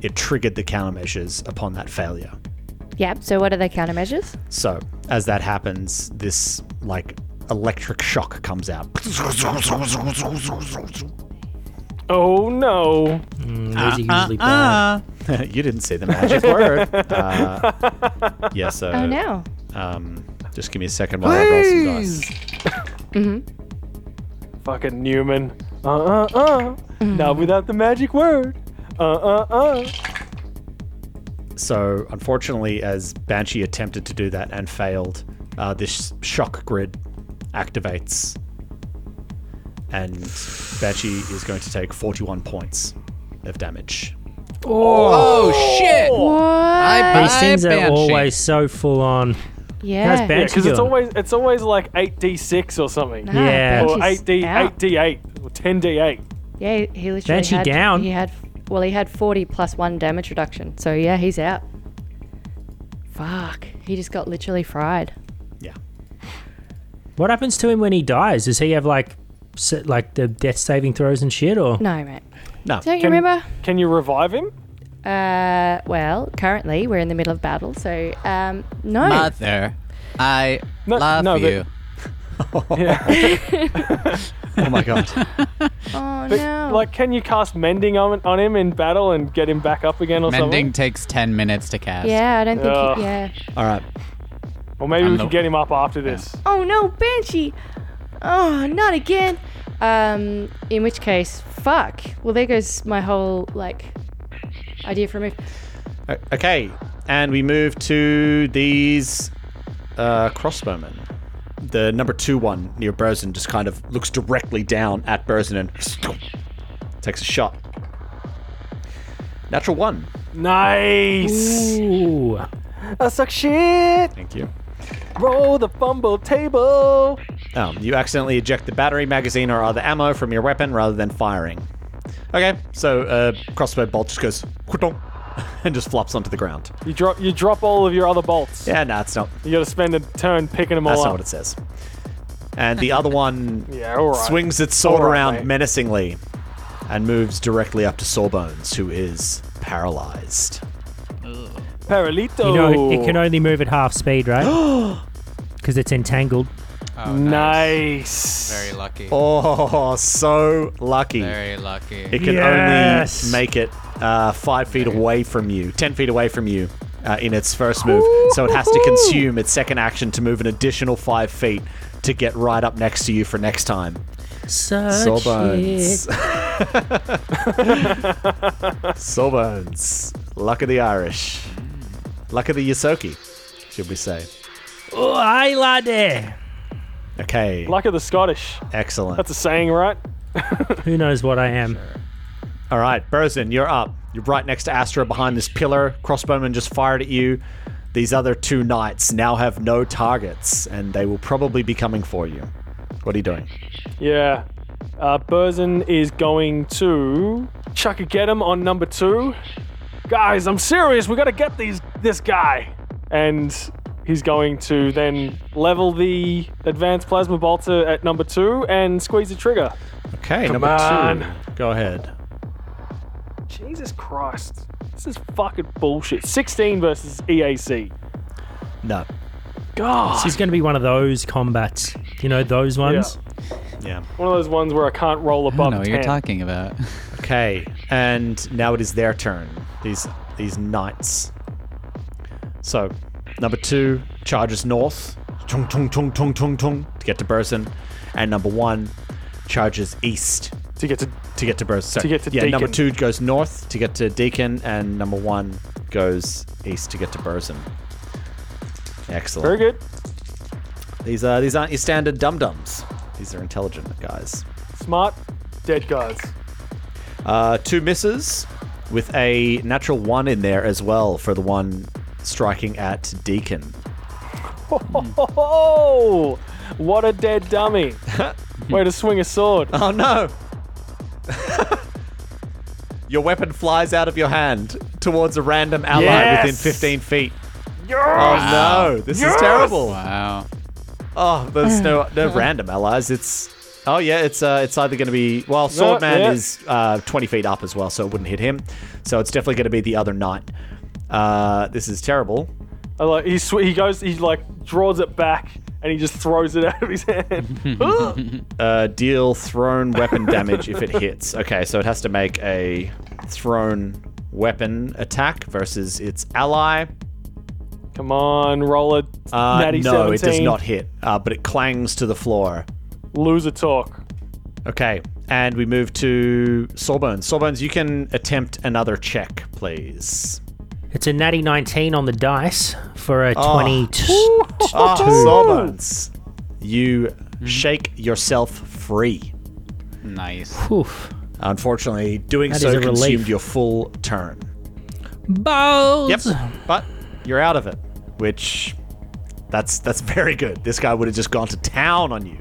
Speaker 1: it triggered the countermeasures upon that failure.
Speaker 4: Yep, so what are the countermeasures?
Speaker 1: So, as that happens, this like electric shock comes out.
Speaker 2: Oh no.
Speaker 8: Those
Speaker 1: Uh-huh.
Speaker 8: are usually bad.
Speaker 1: you didn't say the magic word. Uh, yeah, so
Speaker 4: oh, no.
Speaker 1: um, just give me a second while I roll some dice.
Speaker 2: Fucking Newman. Uh uh uh.
Speaker 4: Mm-hmm.
Speaker 2: Not without the magic word. Uh uh uh.
Speaker 1: So, unfortunately, as Banshee attempted to do that and failed, uh, this shock grid activates, and Banshee is going to take 41 points of damage.
Speaker 3: Oh, shit! I buy
Speaker 8: These things are
Speaker 3: Banshee.
Speaker 8: always so full on. How's
Speaker 4: Yeah.
Speaker 2: Yeah,
Speaker 8: Banshee
Speaker 2: because it's
Speaker 8: doing?
Speaker 2: always it's always like eight d six or something.
Speaker 4: Nah,
Speaker 8: Yeah.
Speaker 2: Or
Speaker 4: Banshee's
Speaker 2: eight d
Speaker 4: Ah, out.
Speaker 2: eight d eight or ten d eight.
Speaker 4: Yeah, he- he literally.
Speaker 8: Banshee
Speaker 4: had,
Speaker 8: down.
Speaker 4: He had, well, he had 40 plus one damage reduction. So yeah, he's out. Fuck. He just got literally fried.
Speaker 1: Yeah.
Speaker 8: What happens to him when he dies? Does he have like, s- like the death saving throws and shit, or
Speaker 4: No, mate.
Speaker 1: No.
Speaker 4: Don't you
Speaker 2: Can-
Speaker 4: remember?
Speaker 2: Can you revive him?
Speaker 4: Uh, well, currently we're in the middle of battle, so um, no.
Speaker 3: Mother, I
Speaker 2: No,
Speaker 3: love
Speaker 2: no, but-
Speaker 3: you.
Speaker 2: Yeah.
Speaker 1: Oh my god.
Speaker 4: oh
Speaker 2: But,
Speaker 4: no.
Speaker 2: Like, can you cast mending on, on him in battle and get him back up again or
Speaker 3: Mending
Speaker 2: something?
Speaker 3: takes 10 minutes to cast.
Speaker 4: yeah, I don't think.
Speaker 2: Ugh.
Speaker 4: He, yeah.
Speaker 1: All right.
Speaker 2: Or maybe
Speaker 3: I'm
Speaker 2: we
Speaker 3: the-
Speaker 2: can get him up after this.
Speaker 4: Oh no, Banshee. Oh, not again. Um, in which case, fuck. Well, there goes my whole like idea for a move.
Speaker 1: O- Okay, and we move to these uh, crossbowmen. The number two one near Burzen just kind of looks directly down at Burzen and takes a shot. Natural one.
Speaker 2: Nice.
Speaker 8: Ooh.
Speaker 2: I suck shit.
Speaker 1: Thank you.
Speaker 2: Roll the fumble table.
Speaker 1: Um, you accidentally eject the battery, magazine, or other ammo from your weapon rather than firing. Okay, so uh, crossbow bolt just goes "Kutong," and just flops onto the ground.
Speaker 2: You drop you drop all of your other bolts.
Speaker 1: Yeah, no, it's not.
Speaker 2: You got to spend a turn picking them
Speaker 1: That's
Speaker 2: all
Speaker 1: not
Speaker 2: up.
Speaker 1: what it says. And the other one
Speaker 2: yeah, all right.
Speaker 1: swings its sword
Speaker 2: All right,
Speaker 1: around
Speaker 2: mate.
Speaker 1: menacingly and moves directly up to Sawbones, who is paralyzed.
Speaker 2: Paralito.
Speaker 8: You know, it can only move at half speed, right? Because it's entangled.
Speaker 3: Oh,
Speaker 2: nice.
Speaker 3: Very lucky.
Speaker 1: Oh, so lucky.
Speaker 3: Very lucky.
Speaker 1: It can
Speaker 8: Yes.
Speaker 1: only make it uh, five feet away from you, ten feet away from you uh, in its first move. So it has to consume its second action to move an additional five feet to get right up next to you for next time.
Speaker 8: Such
Speaker 1: Sawbones.
Speaker 8: shit.
Speaker 1: Sawbones. Luck of the Irish. Luck of the Yosoki, should we say.
Speaker 8: Oh, aye, laddie.
Speaker 1: Okay.
Speaker 2: Luck of the Scottish.
Speaker 1: Excellent.
Speaker 2: That's a saying, right?
Speaker 8: Who knows what I am?
Speaker 1: All right, Burzin, you're up. You're right next to Astra behind this pillar. Crossbowmen just fired at you. These other two knights now have no targets, and they will probably be coming for you. What are you doing?
Speaker 2: Yeah. Uh, Burzin is going to chuck a get him on number two. Guys, I'm serious. We got to get these this guy. And he's going to then level the advanced plasma bolter at number two and squeeze the trigger.
Speaker 1: Okay,
Speaker 2: Come
Speaker 1: number
Speaker 2: on.
Speaker 1: two. Go ahead.
Speaker 2: Jesus Christ. This is fucking bullshit. 16 versus E EAC.
Speaker 1: No.
Speaker 2: God.
Speaker 8: She's going to be one of those combats. You know, those ones?
Speaker 1: Yeah.
Speaker 2: One of those ones where I can't roll
Speaker 3: I don't
Speaker 2: above
Speaker 3: know what
Speaker 2: 10.
Speaker 3: you're talking about.
Speaker 1: Okay, and now it is their turn. These these knights. So, number two charges north, tung tung tung tung tung tung to get to Burzin, and number one charges east
Speaker 2: to get to
Speaker 1: to get to Burst. Sorry.
Speaker 2: To get to
Speaker 1: yeah, number two
Speaker 2: Deacon.
Speaker 1: goes north to get to Deacon, and number one goes east to get to Burson. Excellent.
Speaker 2: very good.
Speaker 1: These are these aren't your standard dum dums. These are intelligent guys.
Speaker 2: Smart dead guys.
Speaker 1: Uh, two misses with a natural one in there as well for the one striking at Deacon.
Speaker 2: Oh, what a dead dummy. Way to swing a sword.
Speaker 1: Oh no! your weapon flies out of your hand towards a random ally
Speaker 2: Yes!
Speaker 1: within 15 feet. Oh no! This is terrible.
Speaker 3: Wow.
Speaker 1: Oh, there's no no random allies. It's oh yeah, it's uh, it's either going to be well, Swordman
Speaker 2: yeah.
Speaker 1: is uh, 20 feet up as well, so it wouldn't hit him. So it's definitely going to be the other knight. Uh, this is terrible.
Speaker 2: I like he sw- he goes he like draws it back and he just throws it out of his hand. Ugh.
Speaker 1: Uh, deal thrown weapon damage if it hits. Okay, so it has to make a thrown weapon attack versus its ally.
Speaker 2: Come on, roll it.
Speaker 1: Uh,
Speaker 2: Natty
Speaker 1: no, it does
Speaker 2: 17.
Speaker 1: not hit, uh, but it clangs to the floor.
Speaker 2: Loser talk.
Speaker 1: Okay, and we move to Sawbones. Sawbones, you can attempt another check, please.
Speaker 8: It's a natty 19 on the dice for a 20.
Speaker 1: Ah, Sawbones. You
Speaker 8: Mm-hmm.
Speaker 1: shake yourself free.
Speaker 3: Nice.
Speaker 8: Oof.
Speaker 1: Unfortunately, doing
Speaker 8: That is
Speaker 1: so
Speaker 8: a relief.
Speaker 1: consumed your full turn.
Speaker 8: Balls.
Speaker 1: Yep. But you're out of it, which that's that's very good. This guy would have just gone to town on you.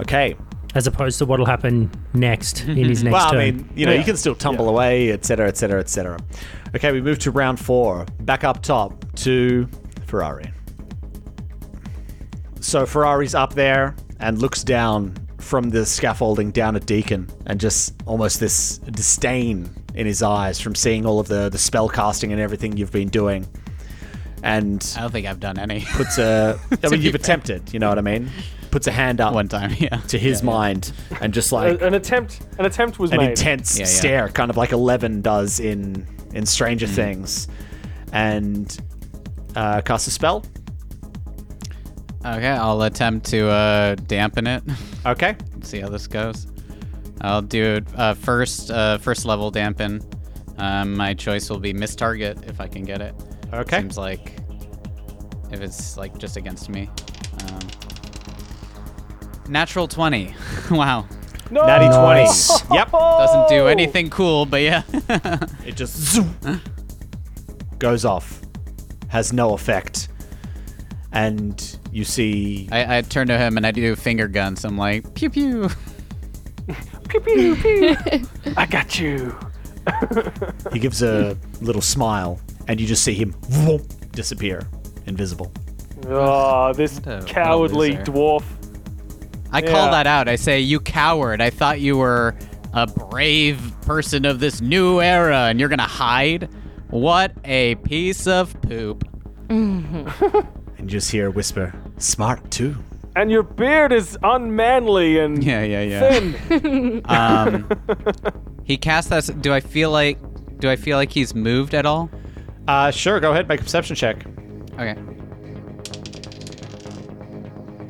Speaker 1: Okay.
Speaker 8: As opposed to what'll happen next in his next
Speaker 1: well,
Speaker 8: turn.
Speaker 1: I mean, you know, you can still tumble away, etc., etc., etc. Okay, we move to round four. Back up top to Ferrari. So Ferrari's up there and looks down from the scaffolding down at Deacon, and just almost this disdain in his eyes from seeing all of the the spell casting and everything you've been doing, and
Speaker 3: I don't think I've done any.
Speaker 1: puts a. I mean,
Speaker 3: be
Speaker 1: you've
Speaker 3: fair.
Speaker 1: attempted. You know what I mean? Puts a hand up
Speaker 3: One time, yeah.
Speaker 1: to his mind and just like
Speaker 2: A- an attempt an attempt was
Speaker 1: an
Speaker 2: made.
Speaker 1: intense
Speaker 3: Yeah, yeah.
Speaker 1: stare, kind of like Eleven does in in Stranger Things, and uh, cast a spell.
Speaker 3: Okay, I'll attempt to uh, dampen it.
Speaker 1: Okay,
Speaker 3: see how this goes. I'll do uh, first uh, first level dampen. Um, my choice will be miss target if I can get it.
Speaker 10: Okay.
Speaker 3: Seems like if it's like just against me. Um, natural twenty. wow.
Speaker 2: No!
Speaker 10: Natty
Speaker 8: Oh.
Speaker 10: 20. Yep.
Speaker 3: Doesn't
Speaker 2: Oh.
Speaker 3: do anything cool, but yeah.
Speaker 1: It just zoom, goes off, has no effect, and you see
Speaker 3: I, I turn to him and I do finger guns. I'm like pew pew.
Speaker 2: Pew, pew, pew. I got you.
Speaker 1: he gives a little smile, and you just see him vroom, disappear, invisible.
Speaker 2: Oh, this
Speaker 3: What a- what a
Speaker 2: cowardly
Speaker 3: loser.
Speaker 2: dwarf.
Speaker 3: I call
Speaker 2: Yeah.
Speaker 3: that out. I say, "You coward! I thought you were a brave person of this new era, and you're gonna hide? What a piece of poop!"
Speaker 1: And you just hear a whisper, "Smart too."
Speaker 2: And your beard is unmanly and
Speaker 3: Yeah, yeah, yeah.
Speaker 2: thin.
Speaker 3: um, he cast us. Do I feel like? Do I feel like he's moved at all?
Speaker 10: Uh, sure. Go ahead. Make a perception check.
Speaker 3: Okay.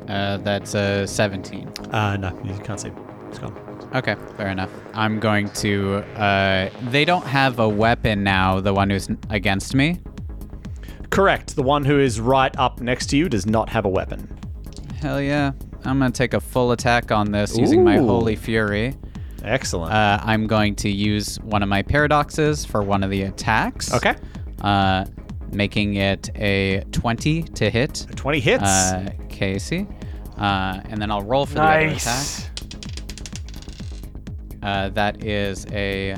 Speaker 3: Uh, that's a 17.
Speaker 1: Uh, no, you can't see. It's gone.
Speaker 3: Okay, fair enough. I'm going to. Uh, they don't have a weapon now. The one who's n- against me.
Speaker 1: Correct. The one who is right up next to you does not have a weapon.
Speaker 3: Hell yeah. I'm going to take a full attack on this using my
Speaker 1: Ooh.
Speaker 3: Holy Fury.
Speaker 1: Excellent.
Speaker 3: Uh, I'm going to use one of my paradoxes for one of the attacks.
Speaker 1: okay.
Speaker 3: Uh, making it a 20 to hit,
Speaker 1: 20 hits.
Speaker 3: uh, Casey. Uh, and then I'll roll for
Speaker 2: Nice.
Speaker 3: the other attack. Uh, that is a.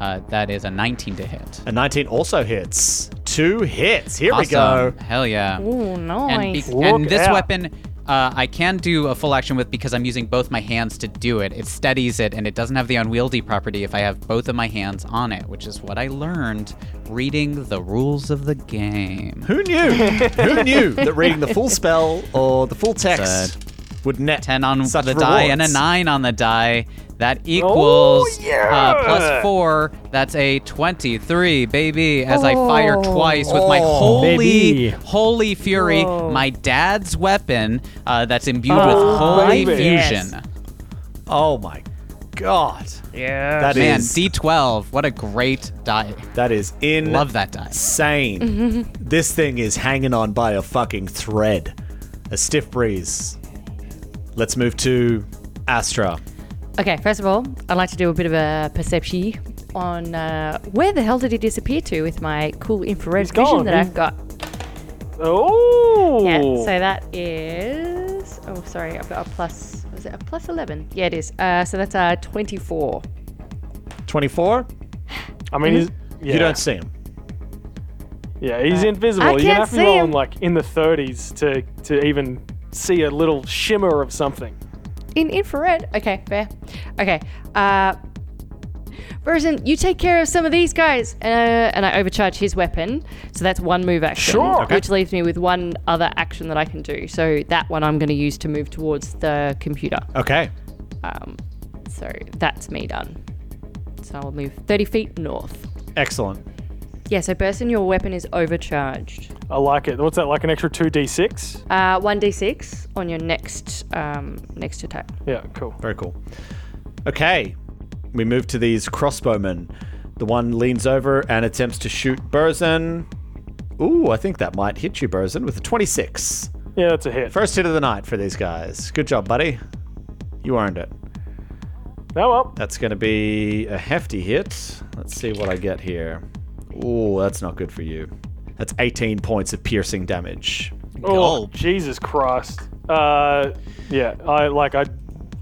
Speaker 3: Uh, that is a 19 to hit.
Speaker 1: a 19 also hits. Two hits. Here we go.
Speaker 3: Awesome. Hell yeah.
Speaker 4: Oh,
Speaker 3: and, be-
Speaker 4: nice.
Speaker 2: Look
Speaker 3: and this
Speaker 2: out.
Speaker 3: weapon uh, I can do a full action with because I'm using both my hands to do it. It steadies it, and it doesn't have the unwieldy property if I have both of my hands on it, which is what I learned reading the rules of the game.
Speaker 1: Who knew? Who knew that reading the full spell or the full text would net
Speaker 3: 10 on
Speaker 1: such
Speaker 3: the die and a
Speaker 1: rewards? Oh,
Speaker 3: 9 on the die. That equals uh,
Speaker 2: yeah.
Speaker 3: plus 4. That's a 23, baby, as I fire twice with my
Speaker 1: Oh,
Speaker 3: holy,
Speaker 8: baby.
Speaker 3: holy fury, my dad's weapon uh, that's imbued
Speaker 2: Oh,
Speaker 3: with holy
Speaker 2: baby.
Speaker 3: fusion.
Speaker 1: Oh my god.
Speaker 8: Yeah.
Speaker 1: That is
Speaker 3: Man, D12. What a great die.
Speaker 1: that is in
Speaker 3: Love that die.
Speaker 1: insane. this thing is hanging on by a fucking thread. A stiff breeze. Let's move to Astra.
Speaker 4: Okay, first of all, I'd like to do a bit of a perception on uh, where the hell did he disappear to with my cool infrared
Speaker 2: He's
Speaker 4: vision
Speaker 2: gone.
Speaker 4: that
Speaker 2: He's-
Speaker 4: I've got.
Speaker 2: Oh.
Speaker 4: Yeah, so that is. Oh, sorry, I've got a plus. Was it a plus 11? Yeah, it is. Uh, so that's a 24.
Speaker 1: 24?
Speaker 2: I mean, he's, yeah.
Speaker 1: You don't see him.
Speaker 2: Yeah, he's invisible.
Speaker 4: uh, I
Speaker 2: You're
Speaker 4: can't
Speaker 2: gonna have to
Speaker 4: see
Speaker 2: be rolling
Speaker 4: him.
Speaker 2: like in the 30s to to even see a little shimmer of something.
Speaker 4: In infrared? Okay, fair. Okay, uh. Verizon, you take care of some of these guys. Uh, and I overcharge his weapon. So that's one move action.
Speaker 2: Sure. Okay.
Speaker 4: Which leaves me with one other action that I can do. So that one I'm going to use to move towards the computer.
Speaker 1: Okay.
Speaker 4: Um, so that's me done. So I'll move 30 feet north.
Speaker 1: Excellent.
Speaker 4: Yeah, so Burson, your weapon is overcharged.
Speaker 2: I like it. What's that? Like an extra 2d6?
Speaker 4: Uh, 1d6 on your next um, next attack.
Speaker 2: Yeah, cool.
Speaker 1: Very cool. Okay. We move to these crossbowmen. The one leans over and attempts to shoot Burzin. Ooh, I think that might hit you, Burzin, with a 26.
Speaker 2: Yeah, that's a hit.
Speaker 1: First hit of the night for these guys. Good job, buddy. You earned it.
Speaker 2: No, well,
Speaker 1: That's going to be a hefty hit. Let's see what I get here. Ooh, that's not good for you. That's 18 points of piercing damage.
Speaker 2: oh,
Speaker 3: Gulp.
Speaker 2: Jesus Christ. Uh, yeah, I like I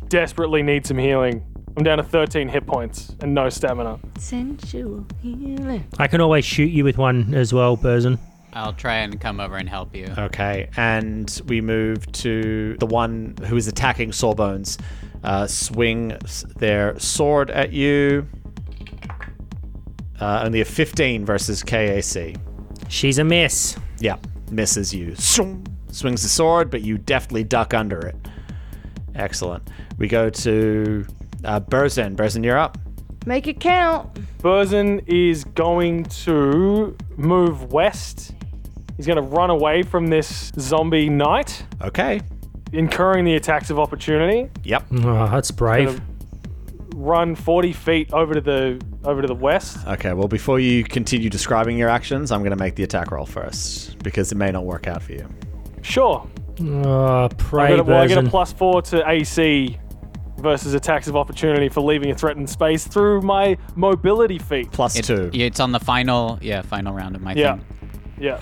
Speaker 2: desperately need some healing. I'm down to 13 hit points and no stamina.
Speaker 4: Sensual healing.
Speaker 8: I can always shoot you with one as well, Burzin.
Speaker 3: I'll try and come over and help you.
Speaker 1: Okay, and we move to the one who is attacking Sawbones. Uh, swing s- their sword at you. Uh, only a 15 versus KAC.
Speaker 8: She's a miss.
Speaker 1: Yeah, misses you. Swing. Swings the sword, but you deftly duck under it. Excellent. We go to uh, Burzin. Burzin, you're up.
Speaker 4: Make it count.
Speaker 2: Burzin is going to move west. He's going to run away from this zombie knight.
Speaker 1: Okay.
Speaker 2: incurring the attacks of opportunity,
Speaker 10: Yep.
Speaker 3: Hmm.
Speaker 8: Oh, that's brave.
Speaker 2: run 40 feet over to the over to the west.
Speaker 1: Okay, well, before you continue describing your actions, I'm going to make the attack roll first because it may not work out for you.
Speaker 2: Sure.
Speaker 8: Oh,
Speaker 2: I
Speaker 8: brave.
Speaker 2: get, a, well, I get a
Speaker 8: version.
Speaker 2: plus four to AC versus attacks of opportunity for leaving a threatened space through my mobility feat.
Speaker 1: Plus
Speaker 3: It-
Speaker 1: two.
Speaker 3: yeah, it's on the final, yeah, final round of my
Speaker 2: Yeah.
Speaker 3: thing.
Speaker 2: Yeah.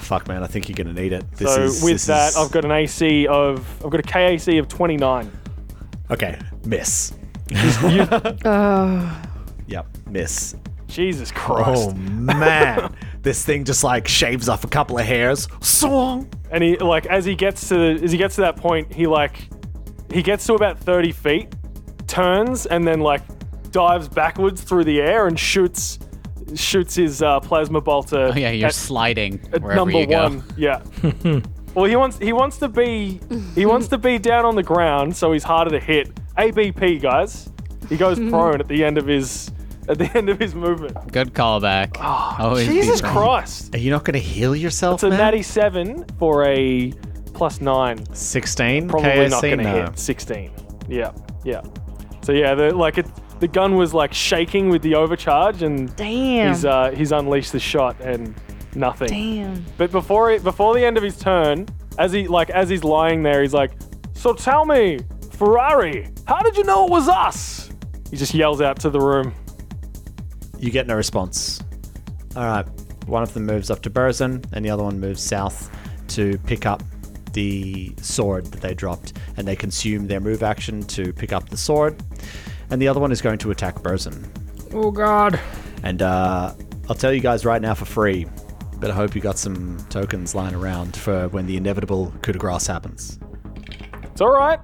Speaker 1: Fuck, man, I think you're going to need it. This
Speaker 2: So
Speaker 1: is,
Speaker 2: with
Speaker 1: this
Speaker 2: that,
Speaker 1: is-
Speaker 2: I've got an AC of I've got a KAC of 29.
Speaker 1: Okay, miss.
Speaker 4: Oh.
Speaker 1: Yep, miss.
Speaker 2: Jesus Christ.
Speaker 1: Oh, man. this thing just like shaves off a couple of hairs. Song.
Speaker 2: And he like as he gets to as he gets to that point, he like he gets to about 30 feet, turns and then like dives backwards through the air and shoots shoots his uh, plasma bolter.
Speaker 3: Oh yeah, you're
Speaker 2: at-
Speaker 3: sliding
Speaker 2: at
Speaker 3: wherever
Speaker 2: number
Speaker 3: you go.
Speaker 2: one. Yeah. well, he wants he wants to be he wants to be down on the ground, so he's harder to hit. ABP guys, he goes prone at the end of his at the end of his movement.
Speaker 3: Good callback. Always be
Speaker 2: Ah, Jesus
Speaker 3: Oh, prone.
Speaker 2: Christ!
Speaker 1: Are you not going to heal yourself,
Speaker 2: It's a
Speaker 1: man?
Speaker 2: natty seven for a plus nine.
Speaker 10: 16.
Speaker 2: Probably
Speaker 10: KSC,
Speaker 2: not going to
Speaker 10: no.
Speaker 2: hit sixteen. Yeah, yeah. So yeah, the, like it, the gun was like shaking with the overcharge, and
Speaker 4: Damn.
Speaker 2: he's uh, he's unleashed the shot and nothing.
Speaker 4: Damn.
Speaker 2: But before it, before the end of his turn, as he like as he's lying there, he's like, "So tell me, Ferrari, how did you know it was us?" He just yells out to the room.
Speaker 1: You get no response. All right. One of them moves up to Burzin, and the other one moves south to pick up the sword that they dropped, and they consume their move action to pick up the sword. And the other one is going to attack Burzin.
Speaker 8: Oh God.
Speaker 1: And uh, I'll tell you guys right now for free, but I hope you got some tokens lying around for when the inevitable coup de grace happens.
Speaker 2: It's all right.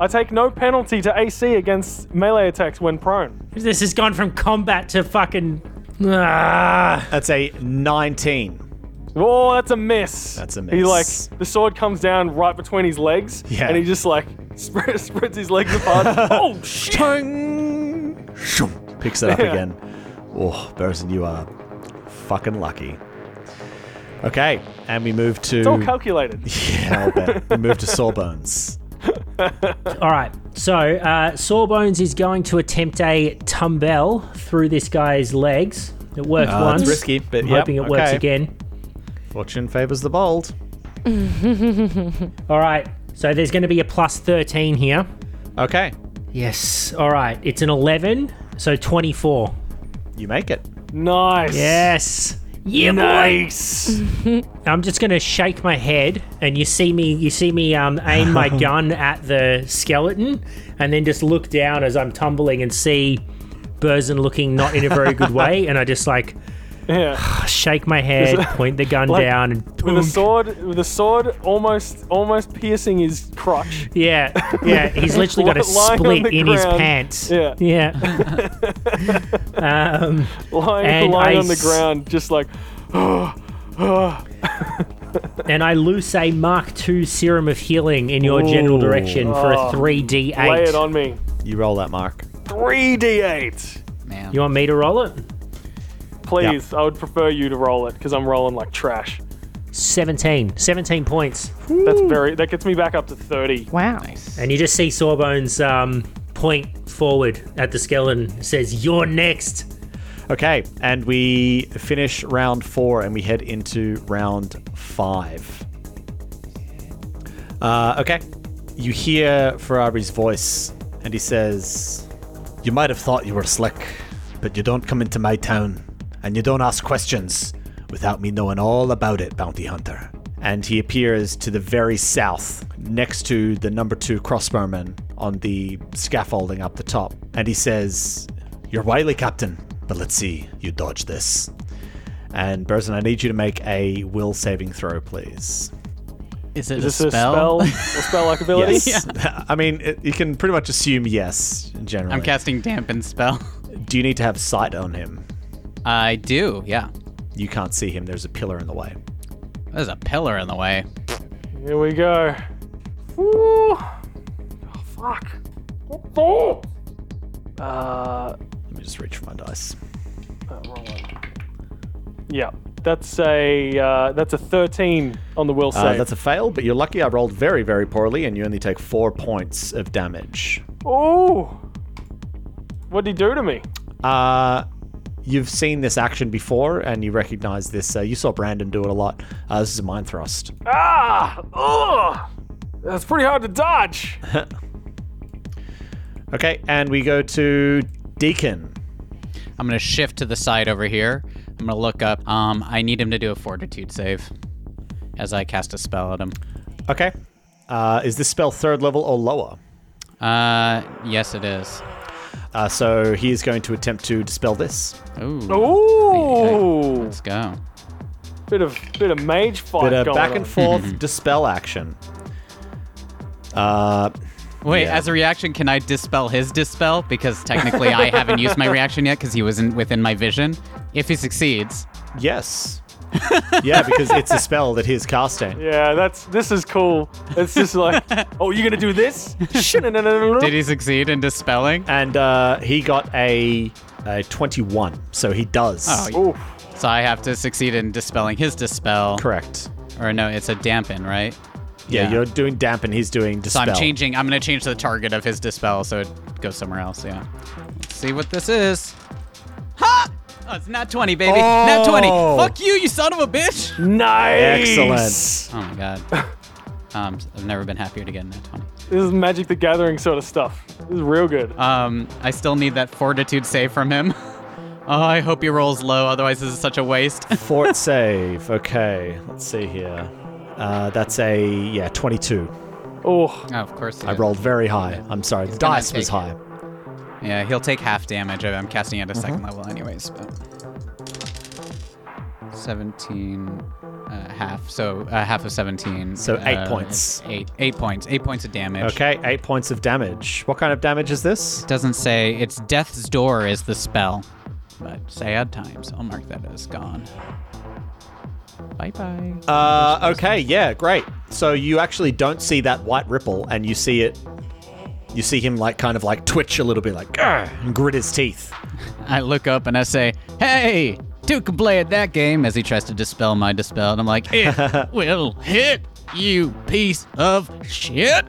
Speaker 2: I take no penalty to AC against melee attacks when prone.
Speaker 8: This has gone from combat to fucking. Ah.
Speaker 1: That's a 19.
Speaker 2: Oh, that's a miss.
Speaker 1: That's a
Speaker 2: He like
Speaker 1: miss.
Speaker 2: the sword comes down right between his legs,
Speaker 1: Yeah.
Speaker 2: and he just like spread, spreads his legs apart. oh shit!
Speaker 1: Ting! Shoom. Picks it up
Speaker 2: Yeah.
Speaker 1: again. Oh, Burzin, you are fucking lucky. Okay, and we move to.
Speaker 2: It's all calculated.
Speaker 1: yeah, I'll bet. We move to Sawbones.
Speaker 8: All right. So uh, Sawbones is going to attempt a tumble through this guy's legs. It worked
Speaker 1: Uh,
Speaker 8: once.
Speaker 1: it's risky, but
Speaker 8: I'm
Speaker 1: yep,
Speaker 8: hoping it works
Speaker 1: okay.
Speaker 8: again.
Speaker 1: Fortune favors the bold.
Speaker 8: All right. So there's going to be a plus 13 here.
Speaker 1: Okay,
Speaker 8: Yes. All right. It's an 11. So 24.
Speaker 1: you make it.
Speaker 2: Nice.
Speaker 8: Yes. Yeah,
Speaker 2: Nice.
Speaker 8: I'm just gonna shake my head, and you see me. You see me um, aim my gun at the skeleton, and then just look down as I'm tumbling and see Burzin looking not in a very good way, and I just like
Speaker 2: yeah.
Speaker 8: shake my head, point the gun
Speaker 2: Like,
Speaker 8: down, and
Speaker 2: with a
Speaker 8: boom.
Speaker 2: sword with a sword almost almost piercing his crotch
Speaker 8: yeah, yeah. He's literally got a
Speaker 2: Lying on
Speaker 8: split
Speaker 2: the
Speaker 8: in his
Speaker 2: ground.
Speaker 8: pants.
Speaker 2: Yeah.
Speaker 8: yeah. um,
Speaker 2: lying
Speaker 8: And
Speaker 2: lying
Speaker 8: I
Speaker 2: on the
Speaker 8: s-
Speaker 2: ground just like
Speaker 8: and I loose a Mark II serum of healing in your general direction for a three D
Speaker 2: Oh. lay it
Speaker 8: eight.
Speaker 2: on me
Speaker 1: You roll that mark.
Speaker 2: 3d8
Speaker 3: Man.
Speaker 8: You want me to roll it?
Speaker 2: please i would prefer you to roll it because i'm rolling like trash
Speaker 8: 17. 17 points.
Speaker 2: that's very that gets me back up to 30
Speaker 4: Wow.
Speaker 8: And you just see Sawbones um, point forward at the skeleton. Says, "You're next."
Speaker 1: Okay, and we finish round four and we head into round five. Uh, okay, you hear Ferrari's voice and he says, You might have thought you were slick, but you don't come into my town and you don't ask questions without me knowing all about it, bounty hunter. And he appears to the very south, next to the number two crossbowman on the scaffolding up the top. And he says, You're wily, Captain, but let's see you dodge this. And Burzin, I need you to make a will saving throw, please.
Speaker 3: Is it
Speaker 2: is this
Speaker 3: a
Speaker 2: a spell
Speaker 3: spell?
Speaker 2: or spell like ability
Speaker 1: Yes. I mean, it, you can pretty much assume yes, generally.
Speaker 3: I'm casting dampen spell.
Speaker 1: Do you need to have sight on him?
Speaker 3: I do. Yeah.
Speaker 1: You can't see him. There's a pillar in the way.
Speaker 3: There's a pillar in the way.
Speaker 2: here we go Woo. Oh, fuck What the- uh
Speaker 1: Let me just reach for my dice.
Speaker 2: yeah That's a uh, that's a 13 on the will save.
Speaker 1: Uh, that's a fail, but you're lucky I rolled very, very poorly and you only take four points of damage.
Speaker 2: oh, what'd he do to me?
Speaker 1: Uh, you've seen this action before and you recognize this. Uh, you saw Brandon do it a lot. Uh, this is a mind thrust.
Speaker 2: Ah, oh, that's pretty hard to dodge.
Speaker 1: Okay, and we go to Deacon.
Speaker 3: I'm gonna shift to the side over here. I'm gonna look up. Um, I need him to do a fortitude save as I cast a spell at him.
Speaker 1: Okay. Uh, is this spell third level or lower?
Speaker 3: Uh, yes, it is.
Speaker 1: Uh, so he is going to attempt to dispel this.
Speaker 3: Ooh.
Speaker 2: Ooh.
Speaker 3: Let's go.
Speaker 2: Bit of bit of mage fight
Speaker 1: Bit of
Speaker 2: going
Speaker 1: uh, back
Speaker 2: on.
Speaker 1: and
Speaker 3: Mm-hmm.
Speaker 1: forth dispel action. Uh,
Speaker 3: Wait, as a reaction, can I dispel his dispel? Because technically, I haven't used my reaction yet because he wasn't within my vision. If he succeeds,
Speaker 1: yes. yeah, because it's a spell that he is casting.
Speaker 2: Yeah, that's this is cool. It's just like, oh, you're gonna do this?
Speaker 3: did he succeed in dispelling?
Speaker 1: And uh, he got a, a 21, so he does.
Speaker 3: Oh,
Speaker 2: Ooh,
Speaker 3: so I have to succeed in dispelling his dispel.
Speaker 1: Correct.
Speaker 3: Or no, it's a dampen, right?
Speaker 1: Yeah,
Speaker 3: Yeah.
Speaker 1: you're doing damp and he's doing
Speaker 3: So
Speaker 1: dispel.
Speaker 3: I'm changing. I'm gonna change the target of his dispel so it goes somewhere else. Yeah. Let's see what this is. Ha! Oh, it's not 20, baby. Not 20.
Speaker 1: Oh!
Speaker 3: Fuck you, you son of a bitch.
Speaker 2: nice.
Speaker 1: Excellent.
Speaker 3: Oh my god. Um, I've never been happier to get an 20.
Speaker 2: This is Magic the Gathering sort of stuff. This is real good.
Speaker 3: Um, I still need that fortitude save from him. Oh, I hope he rolls low, otherwise this is such a waste.
Speaker 1: Fort save. Okay, let's see here. Uh, that's a yeah 22.
Speaker 2: oh,
Speaker 3: oh, of course. he
Speaker 1: I
Speaker 3: did.
Speaker 1: rolled very high. I'm sorry, the
Speaker 3: gonna
Speaker 1: dice was
Speaker 3: take it.
Speaker 1: high.
Speaker 3: Yeah, he'll take half damage. I'm casting at a
Speaker 1: Mm-hmm.
Speaker 3: second level, anyways. But 17, uh, half. So uh, half of 17.
Speaker 1: So eight
Speaker 3: uh,
Speaker 1: points.
Speaker 3: Eight, eight points. Eight points of damage.
Speaker 1: Okay, eight points of damage. What kind of damage is this?
Speaker 3: Doesn't say it's Death's Door is the spell, but sad times. I'll mark that as gone. Bye bye.
Speaker 1: Uh, okay, yeah, great. So you actually don't see that white ripple, and you see it. You see him like kind of like twitch a little bit, like "Grr," and grit his teeth.
Speaker 3: I look up and I say, "Hey, two can play at that game." As he tries to dispel my dispel, and I'm like, "It will hit you, piece of shit."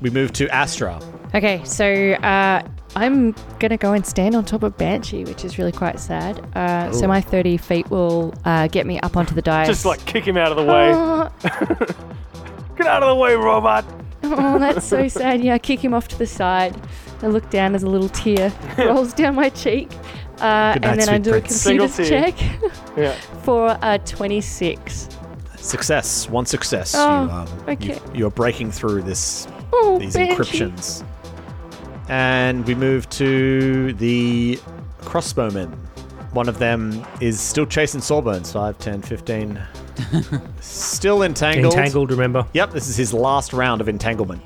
Speaker 1: We move to Astra.
Speaker 4: Okay, so uh, I'm gonna go and stand on top of Banshee, which is really quite sad. Uh, so my 30 feet will uh, get me up onto the dice.
Speaker 2: just like kick him out of the way.
Speaker 4: Oh,
Speaker 2: Get out of the way, robot.
Speaker 4: oh, that's so sad. Yeah, I kick him off to the side. I look down as a little tear rolls down my cheek, uh,
Speaker 1: Good night,
Speaker 4: and then I
Speaker 1: sweet
Speaker 4: do
Speaker 1: prince.
Speaker 4: a
Speaker 2: Single
Speaker 4: computer's
Speaker 2: tear.
Speaker 4: check
Speaker 2: Yeah.
Speaker 4: for uh, 26.
Speaker 1: Success, one success.
Speaker 4: Oh,
Speaker 1: you, um,
Speaker 4: okay.
Speaker 1: you- you're breaking through this
Speaker 4: Oh,
Speaker 1: these
Speaker 4: Banshee.
Speaker 1: encryptions. And we move to the crossbowmen. One of them is still chasing Sawbones 5, 10, 15. still entangled.
Speaker 8: Entangled, remember?
Speaker 1: Yep, this is his last round of entanglement.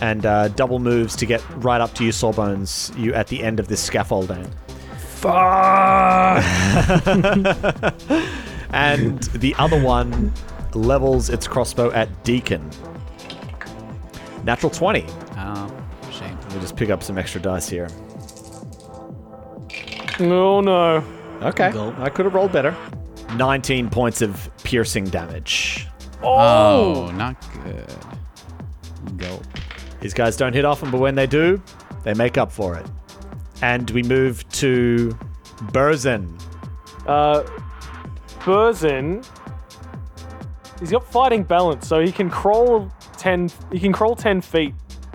Speaker 1: And uh, double moves to get right up to you, Sawbones. You at the end of this scaffolding. and the other one levels its crossbow at Deacon. Natural 20.
Speaker 3: Oh, shame.
Speaker 1: We'll just pick up some extra dice here.
Speaker 2: Oh no.
Speaker 1: Okay.
Speaker 3: Gulp.
Speaker 1: I could have rolled better. 19 points of piercing damage.
Speaker 3: Oh, not good. Go.
Speaker 1: These guys don't hit often, but when they do, they make up for it. And we move to Burzin.
Speaker 2: Uh, Burzin. He's got fighting balance, so he can crawl ten. He can crawl ten feet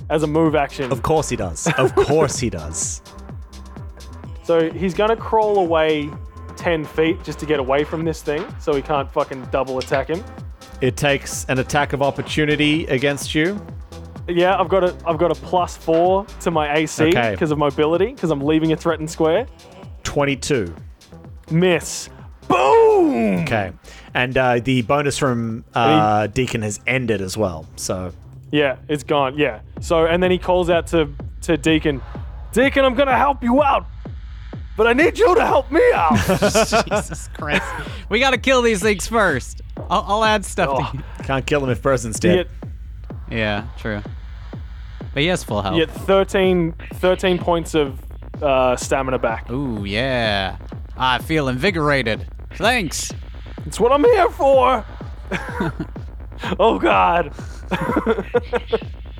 Speaker 2: as a move action.
Speaker 1: Of course he does. Of course he does.
Speaker 2: So he's gonna crawl away ten feet just to get away from this thing, so he can't fucking double attack him.
Speaker 1: It takes an attack of opportunity against you.
Speaker 2: Yeah, I've got a I've got a plus four to my AC because
Speaker 1: Okay.
Speaker 2: of mobility, because I'm leaving a threatened square.
Speaker 1: 22.
Speaker 2: Miss. Boom.
Speaker 1: Okay. And uh, the bonus from uh, Deacon has ended as well. So
Speaker 2: Yeah, it's gone. Yeah. So and then he calls out to to Deacon. Deacon, I'm gonna help you out, but I need you to help me out.
Speaker 3: Jesus Christ. We gotta kill these things first. I'll, I'll add stuff.
Speaker 2: Oh,
Speaker 3: To
Speaker 1: can't kill him if Burzin's
Speaker 2: you,
Speaker 1: dead.
Speaker 2: get,
Speaker 3: yeah, true. But he has full health.
Speaker 2: you get 13, 13 points of uh, stamina back.
Speaker 3: Ooh, yeah. Ah, I feel invigorated. Thanks.
Speaker 2: It's what I'm here for. oh God.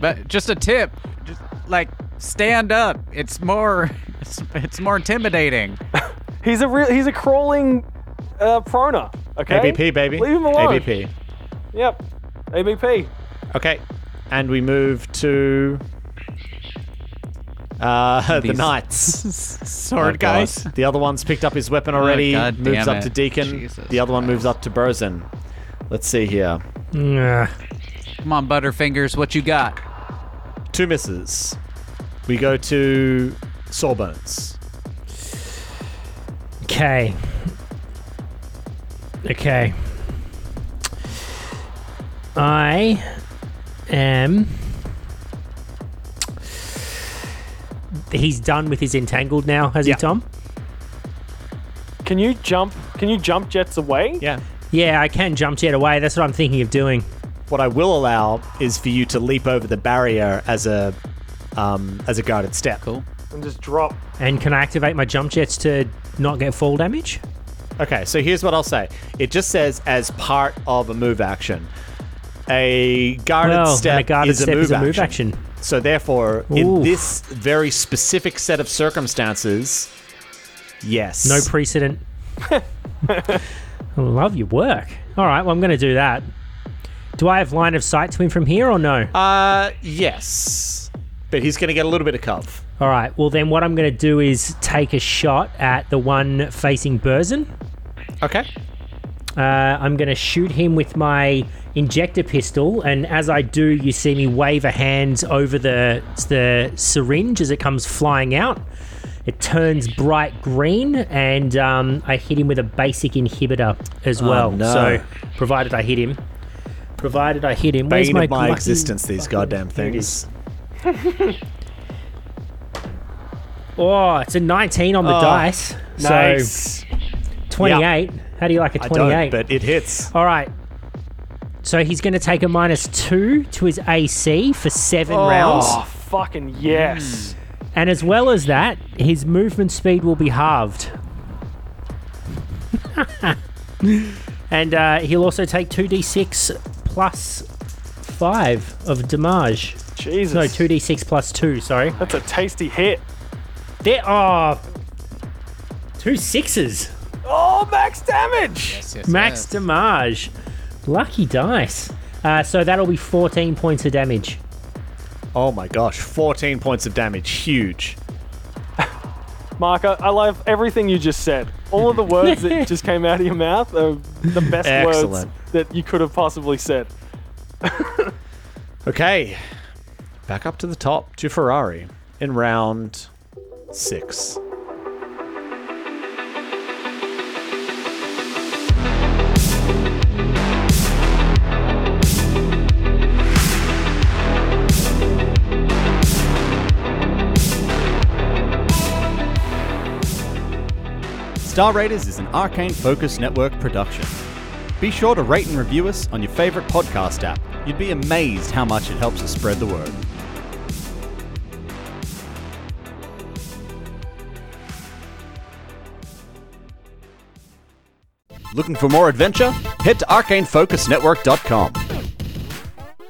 Speaker 3: But just a tip, just like stand up. It's more it's, it's more intimidating.
Speaker 2: He's a real. He's a crawling uh, prona. Okay.
Speaker 1: ABP, baby.
Speaker 2: Leave him alone.
Speaker 1: ABP.
Speaker 2: Yep. ABP.
Speaker 1: Okay. And we move to uh, the
Speaker 3: These-
Speaker 1: knights.
Speaker 3: Sword guys. Oh,
Speaker 1: The other one's picked up his weapon already.
Speaker 3: God
Speaker 1: moves
Speaker 3: damn
Speaker 1: up
Speaker 3: it.
Speaker 1: to Deacon.
Speaker 3: Jesus
Speaker 1: the other one
Speaker 3: Christ.
Speaker 1: moves up to Burzin. Let's see here.
Speaker 8: Nah.
Speaker 3: Come on, Butterfingers, what you got?
Speaker 1: Two misses. We go to Sawbones.
Speaker 8: Okay. Okay. I am. He's done with his entangled now, has
Speaker 1: Yeah.
Speaker 8: he, Tom?
Speaker 2: Can you jump? Can you jump jets away?
Speaker 1: Yeah.
Speaker 8: Yeah, I can jump jet away. That's what I'm thinking of doing.
Speaker 1: What I will allow is for you to leap over the barrier as a um, as a guarded step.
Speaker 3: Cool.
Speaker 2: And just drop.
Speaker 8: And can I activate my jump jets to not get fall damage?
Speaker 1: Okay, so here's what I'll say. It just says as part of a move action. A guarded
Speaker 8: well,
Speaker 1: step,
Speaker 8: and a guarded
Speaker 1: is,
Speaker 8: step
Speaker 1: a move
Speaker 8: is a move
Speaker 1: action.
Speaker 8: action.
Speaker 1: So therefore, in
Speaker 8: Ooh.
Speaker 1: this very specific set of circumstances, yes.
Speaker 8: No precedent. I love your work. All right, well, I'm going to do that. Do I have line of sight to him from here or no?
Speaker 1: uh yes. But he's going to get a little bit of cov.
Speaker 8: All right, well, then what I'm going to do is take a shot at the one facing Burzin.
Speaker 1: Okay.
Speaker 8: Uh, I'm going to shoot him with my injector pistol, and as I do, you see me wave a hand over the the syringe as it comes flying out. It turns bright green, and um, I hit him with a basic inhibitor as well.
Speaker 1: Oh, no.
Speaker 8: So, provided I hit him, provided I hit him, where's
Speaker 1: Bane
Speaker 8: my
Speaker 1: of my
Speaker 8: lucky-
Speaker 1: existence, these goddamn
Speaker 8: There it is.
Speaker 1: things.
Speaker 8: Oh, it's a 19 on the
Speaker 1: Oh,
Speaker 8: dice. So
Speaker 1: Nice.
Speaker 8: 28. How do you like a
Speaker 1: I
Speaker 8: 28?
Speaker 1: don't, but it hits.
Speaker 8: All right. So he's going to take a minus two to his AC for seven rounds.
Speaker 2: Oh fucking yes.
Speaker 8: And as well as that, his movement speed will be halved. and uh, he'll also take 2d6 plus 5 of damage.
Speaker 2: Jesus.
Speaker 8: No, 2d6 plus 2, sorry.
Speaker 2: That's a tasty hit.
Speaker 8: There are two sixes.
Speaker 2: Oh, max damage.
Speaker 8: Max damage. Lucky dice. Uh, so that'll be 14 points of damage.
Speaker 1: Oh my gosh, 14 points of damage. Huge.
Speaker 2: Mark, I, I love everything you just said. All of the words that just came out of your mouth are the best words
Speaker 1: Excellent.
Speaker 2: that you could have possibly said.
Speaker 1: Okay. Back up to the top to Ferrari in round six.
Speaker 11: Star Raiders is an Arcane Focus Network production. Be sure to rate and review us on your favorite podcast app. You'd be amazed how much it helps us spread the word. Looking for more adventure? Head to arcanefocusnetwork.com.